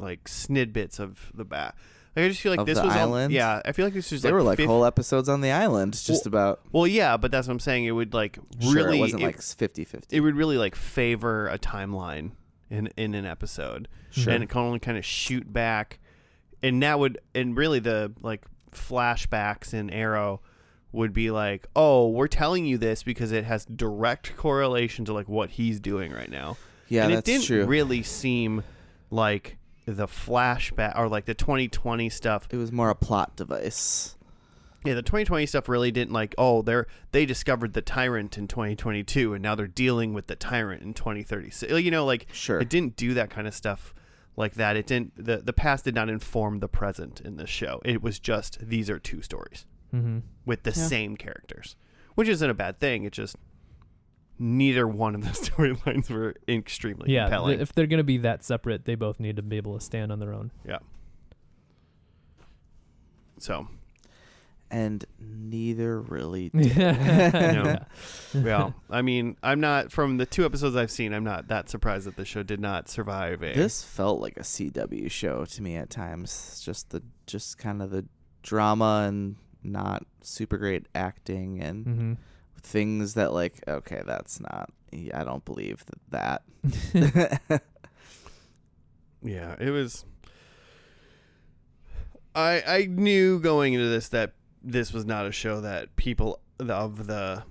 S1: like snidbits of the bat like i just feel like
S3: Of
S1: this
S3: the
S1: was al-
S3: island?
S1: yeah i feel like this was
S3: There were like
S1: fif-
S3: whole episodes on the island, just about.
S1: well yeah but that's what i'm saying it would like
S3: Sure,
S1: really
S3: it wasn't
S1: it-
S3: like 50-50.
S1: it would really like favor a timeline in in an episode
S2: Sure.
S1: and it can only kind of shoot back and that would and really the like flashbacks in arrow would be like oh we're telling you this because it has direct correlation to like what he's doing right now
S3: yeah,
S1: and it
S3: that's
S1: didn't
S3: true.
S1: really seem like the flashback or like the 2020 stuff
S3: it was more a plot device.
S1: yeah the 2020 stuff really didn't like oh they're they discovered the tyrant in 2022 and now they're dealing with the tyrant in 2036 you know like
S3: Sure.
S1: it didn't do that kind of stuff like that. It didn't. The the past did not inform the present in this show. It was just these are two stories
S2: Mm-hmm.
S1: with the
S3: Yeah.
S1: same characters, which isn't a bad thing. It just neither one of the storylines were extremely
S2: yeah, th-
S1: compelling.
S2: if they're gonna be that separate, they both need to be able to stand on their own.
S1: so
S3: and neither really did.
S2: yeah.
S1: well, I mean, I'm not from the two episodes I've seen. I'm not that surprised that the show did not survive. A,
S3: This felt like a CW show to me at times. Just the just kind of the drama and not super great acting and
S2: Mm-hmm.
S3: things that like okay, that's not I don't believe that. that.
S1: yeah, it was. I I knew going into this that this was not a show that people of the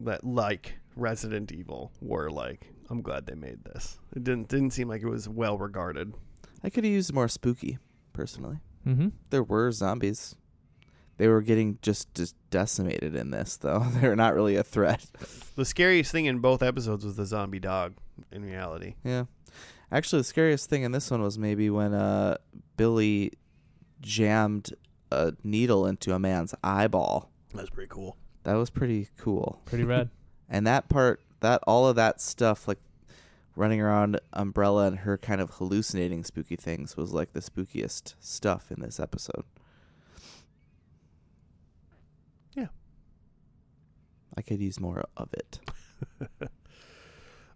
S1: that like Resident Evil were like. I'm glad they made this. It didn't didn't seem like it was well regarded.
S3: I could have used more spooky personally.
S2: Mm-hmm.
S3: There were zombies. They were getting just, just decimated in this though. They're not really a threat.
S1: The scariest thing in both episodes was the zombie dog. In reality,
S3: Yeah. Actually, the scariest thing in this one was maybe when uh, Billy jammed a needle into a man's eyeball.
S1: that's pretty cool.
S3: That was pretty cool.
S2: Pretty rad.
S3: And that part, that all of that stuff, like running around Umbrella and her kind of hallucinating spooky things, was like the spookiest stuff in this episode.
S1: Yeah.
S3: I could use more of it.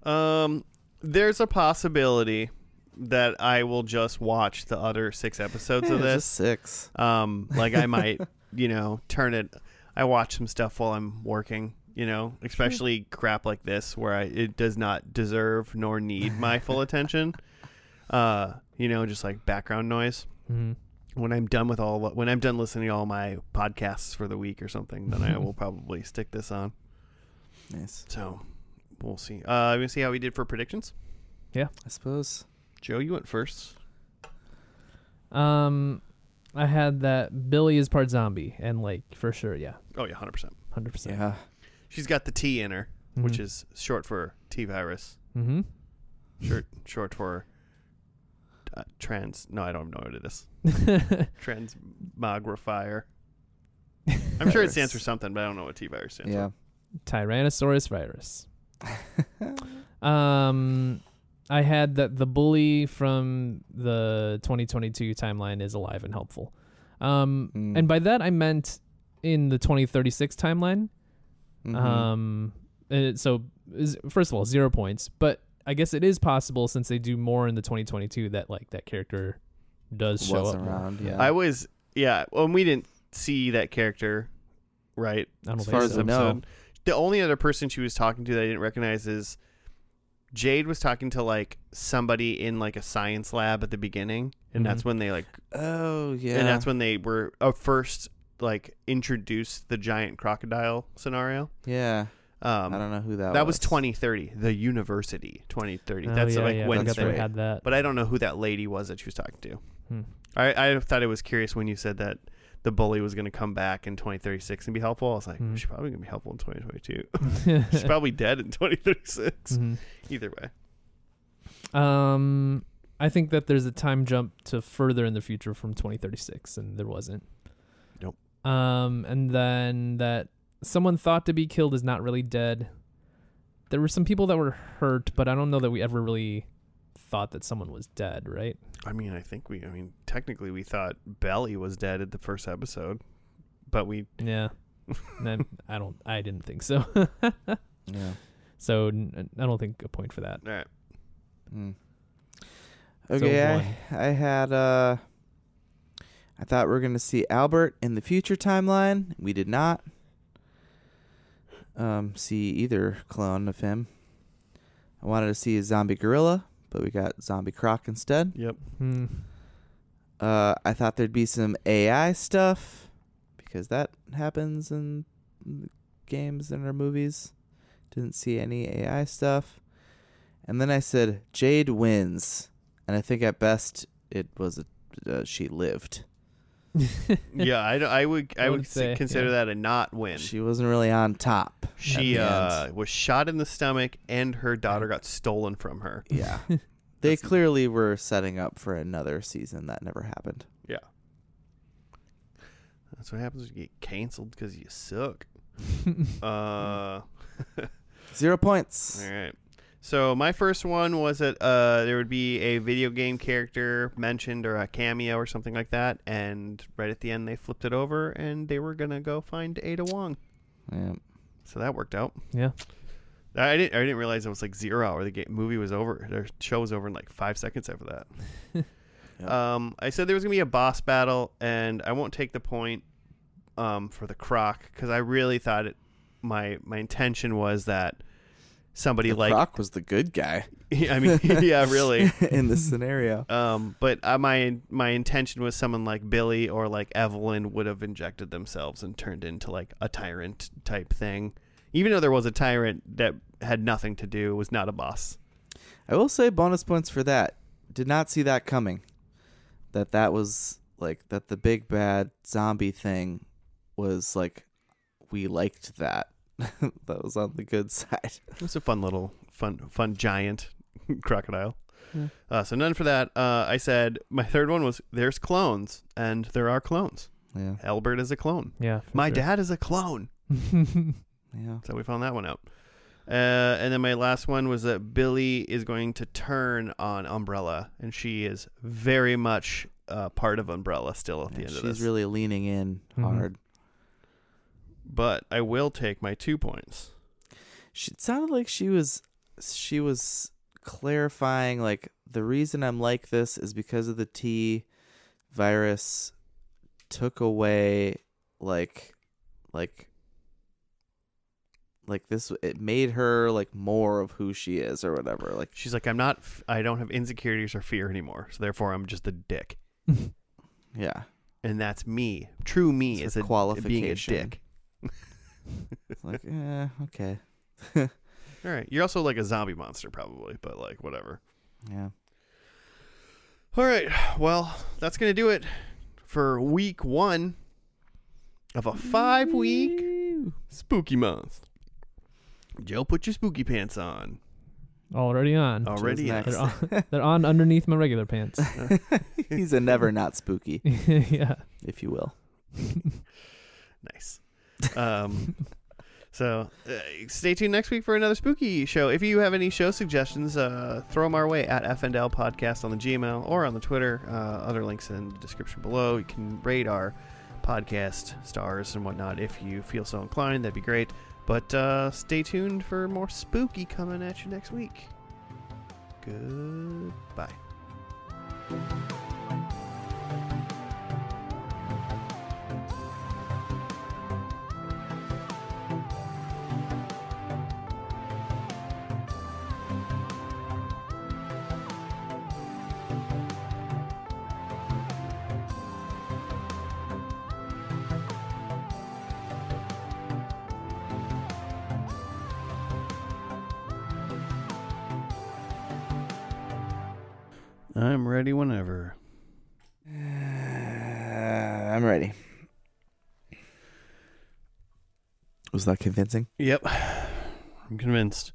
S1: Um, there's a possibility that I will just watch the other six episodes
S3: Yeah,
S1: of
S3: it's
S1: this.
S3: just six.
S1: Um, like I might, you know, turn it. I watch some stuff while I'm working. You know, especially crap like this where I it does not deserve nor need my full attention. Uh, you know, just like background noise.
S2: Mm-hmm.
S1: When I'm done with all, when I'm done listening to all my podcasts for the week or something, then I will probably stick this on.
S3: Nice.
S1: So we'll see. Uh, we see how we did for predictions.
S3: I suppose.
S1: Joe, you went first.
S2: Um, I had that Billy is part zombie and like for sure, yeah,
S1: Oh yeah, hundred percent.
S2: hundred percent.
S3: Yeah.
S1: She's got the T in her, which is short for T virus.
S2: mm-hmm.
S1: Short, short for uh, trans. No, I don't know what it is.
S2: Mm-hmm.
S1: Transmogrifier. I'm sure it stands for
S3: Virus.
S1: something, but I don't know what T virus stands
S3: Yeah.
S2: Tyrannosaurus virus. um, I had that the bully from the 2022 timeline is alive and helpful. Um,
S3: Mm.
S2: and by that I meant in the 2036 timeline.
S3: Mhm.
S2: Um, uh, so is, first of all, zero points, but I guess it is possible since they do more in the 2022 that like that character does show
S3: was
S2: up. more.
S3: around. Yeah.
S1: for. I was, yeah. Well, we didn't see that character, right?
S2: I don't
S3: as
S2: think
S3: far
S2: so.
S3: as I know.
S1: The only other person she was talking to that I didn't recognize is Jade was talking to like somebody in like a science lab at the beginning, and that's
S2: Mhm.
S1: when they like
S3: Oh yeah.
S1: and that's when they were uh, first like introduced the giant crocodile scenario.
S3: yeah. I
S1: Um,
S3: don't know who that,
S1: that, was 2030, the university 2030.
S2: Oh,
S1: That's
S2: yeah,
S1: like
S2: yeah, I
S1: when,
S2: forgot they
S3: Wednesday.
S2: had that.
S1: but I don't know who that lady was that she was talking to.
S2: Hmm.
S1: I I thought it was curious when you said that the bully was going to come back in 2036 and be helpful. I was like,
S2: Hmm.
S1: she's probably going to be helpful in 2022. she's probably dead in 2036.
S2: Mhm.
S1: Either way,
S2: Um, I think that there's a time jump to further in the future from 2036, and there wasn't.
S1: Nope.
S2: Um, and then that someone thought to be killed is not really dead. There were some people that were hurt, but I don't know that we ever really thought that someone was dead, right?
S1: I mean, I think we. I mean, technically, we thought Belly was dead at the first episode, but we
S2: Yeah. And then- I don't. I didn't think so.
S3: Yeah.
S2: so n- I don't think a point for that.
S1: all right.
S3: Mm.
S2: So
S3: Okay, I, I had uh I thought we are gonna see Albert in the future timeline. We did not um see either clone of him. I wanted to see a zombie gorilla, but we got zombie croc instead.
S1: Yep.
S2: Hmm.
S3: Uh I thought there'd be some AI stuff because that happens in the games and our movies. Didn't see any AI stuff. And then I said Jade wins, and I think at best it was a, uh, she lived.
S2: Hmm.
S1: yeah, I, d- I would I,
S2: I
S1: would
S2: would
S1: s-
S2: say,
S1: consider
S2: yeah.
S1: that a not win. She,
S3: She wasn't really on top. the end.
S1: uh, was shot in the stomach, and her daughter got stolen from her.
S3: Yeah. they
S1: That's-
S3: clearly were setting up for another season that never happened.
S1: That's what happens when you get canceled because you suck. Uh,
S3: Zero points.
S1: all right. So my first one was that uh, there would be a video game character mentioned or a cameo or something like that, and right at the end they flipped it over and they were gonna go find Ada Wong.
S3: Yeah.
S1: So that worked out.
S2: Yeah.
S1: I didn't. I didn't realize it was like zero hour. The game, movie was over. Their show was over in like five seconds after that.
S3: Yep.
S1: Um, I said there was gonna be a boss battle, and I won't take the point um, for the croc because I really thought it. My my intention was that somebody
S3: The
S1: like.
S3: Croc was the good guy
S1: I mean, yeah, really.
S3: in this scenario.
S1: Um, but uh, my my intention was someone like Billy or like Evelyn would have injected themselves and turned into like a tyrant type thing, even though there was a tyrant that had nothing to do was not a boss.
S3: I will say bonus points for that. Did not see that coming. That that was like that the big bad zombie thing was like we liked that. that was on the good side.
S1: It was a fun little fun fun giant crocodile.
S3: Yeah.
S1: Uh, so none for that. Uh, I said my third one was there's clones and there are clones.
S3: Yeah.
S1: Albert is a clone.
S2: yeah.
S1: My dad is a clone.
S2: dad.
S3: Yeah.
S1: So we found that one out. Uh, and then my last one was that Billy is going to turn on Umbrella, and she is very much uh, part of Mm-hmm. Umbrella still at the
S3: Yeah,
S1: end
S3: she's
S1: of this.
S3: really leaning in
S2: Mhm.
S3: hard.
S1: but I will take my two points.
S3: She it sounded like she was she was clarifying like the reason I'm like this is because of the T virus took away like like like this it made her like more of who she is or whatever like
S1: She's like, I'm not, f- I don't have insecurities or fear anymore, so therefore I'm just a dick,
S3: yeah
S1: and that's me. True me
S3: It's
S1: is
S3: her
S1: a being a
S3: qualification.
S1: dick.
S3: like eh, okay
S1: All right, you're also like a zombie monster probably, but like whatever.
S3: yeah
S1: All right. Well, that's going to do it for week one of a five week spooky month. Joe, put your spooky pants on.
S2: Already on.
S1: Already.
S3: next.
S2: They're on, they're on underneath my regular pants.
S3: he's a never not spooky
S2: yeah.
S3: if you will
S1: Nice. Um, so uh, stay tuned next week for another spooky show. If you have any show suggestions, uh, throw them our way at FNL Podcast on the Gmail or on the Twitter. Uh, other links in the description below. You can rate our podcast stars and whatnot if you feel so inclined. That'd be great. But uh, stay tuned for more spooky coming at you next week. Goodbye. I'm ready whenever.
S3: i'm ready was that convincing
S1: Yep. I'm convinced.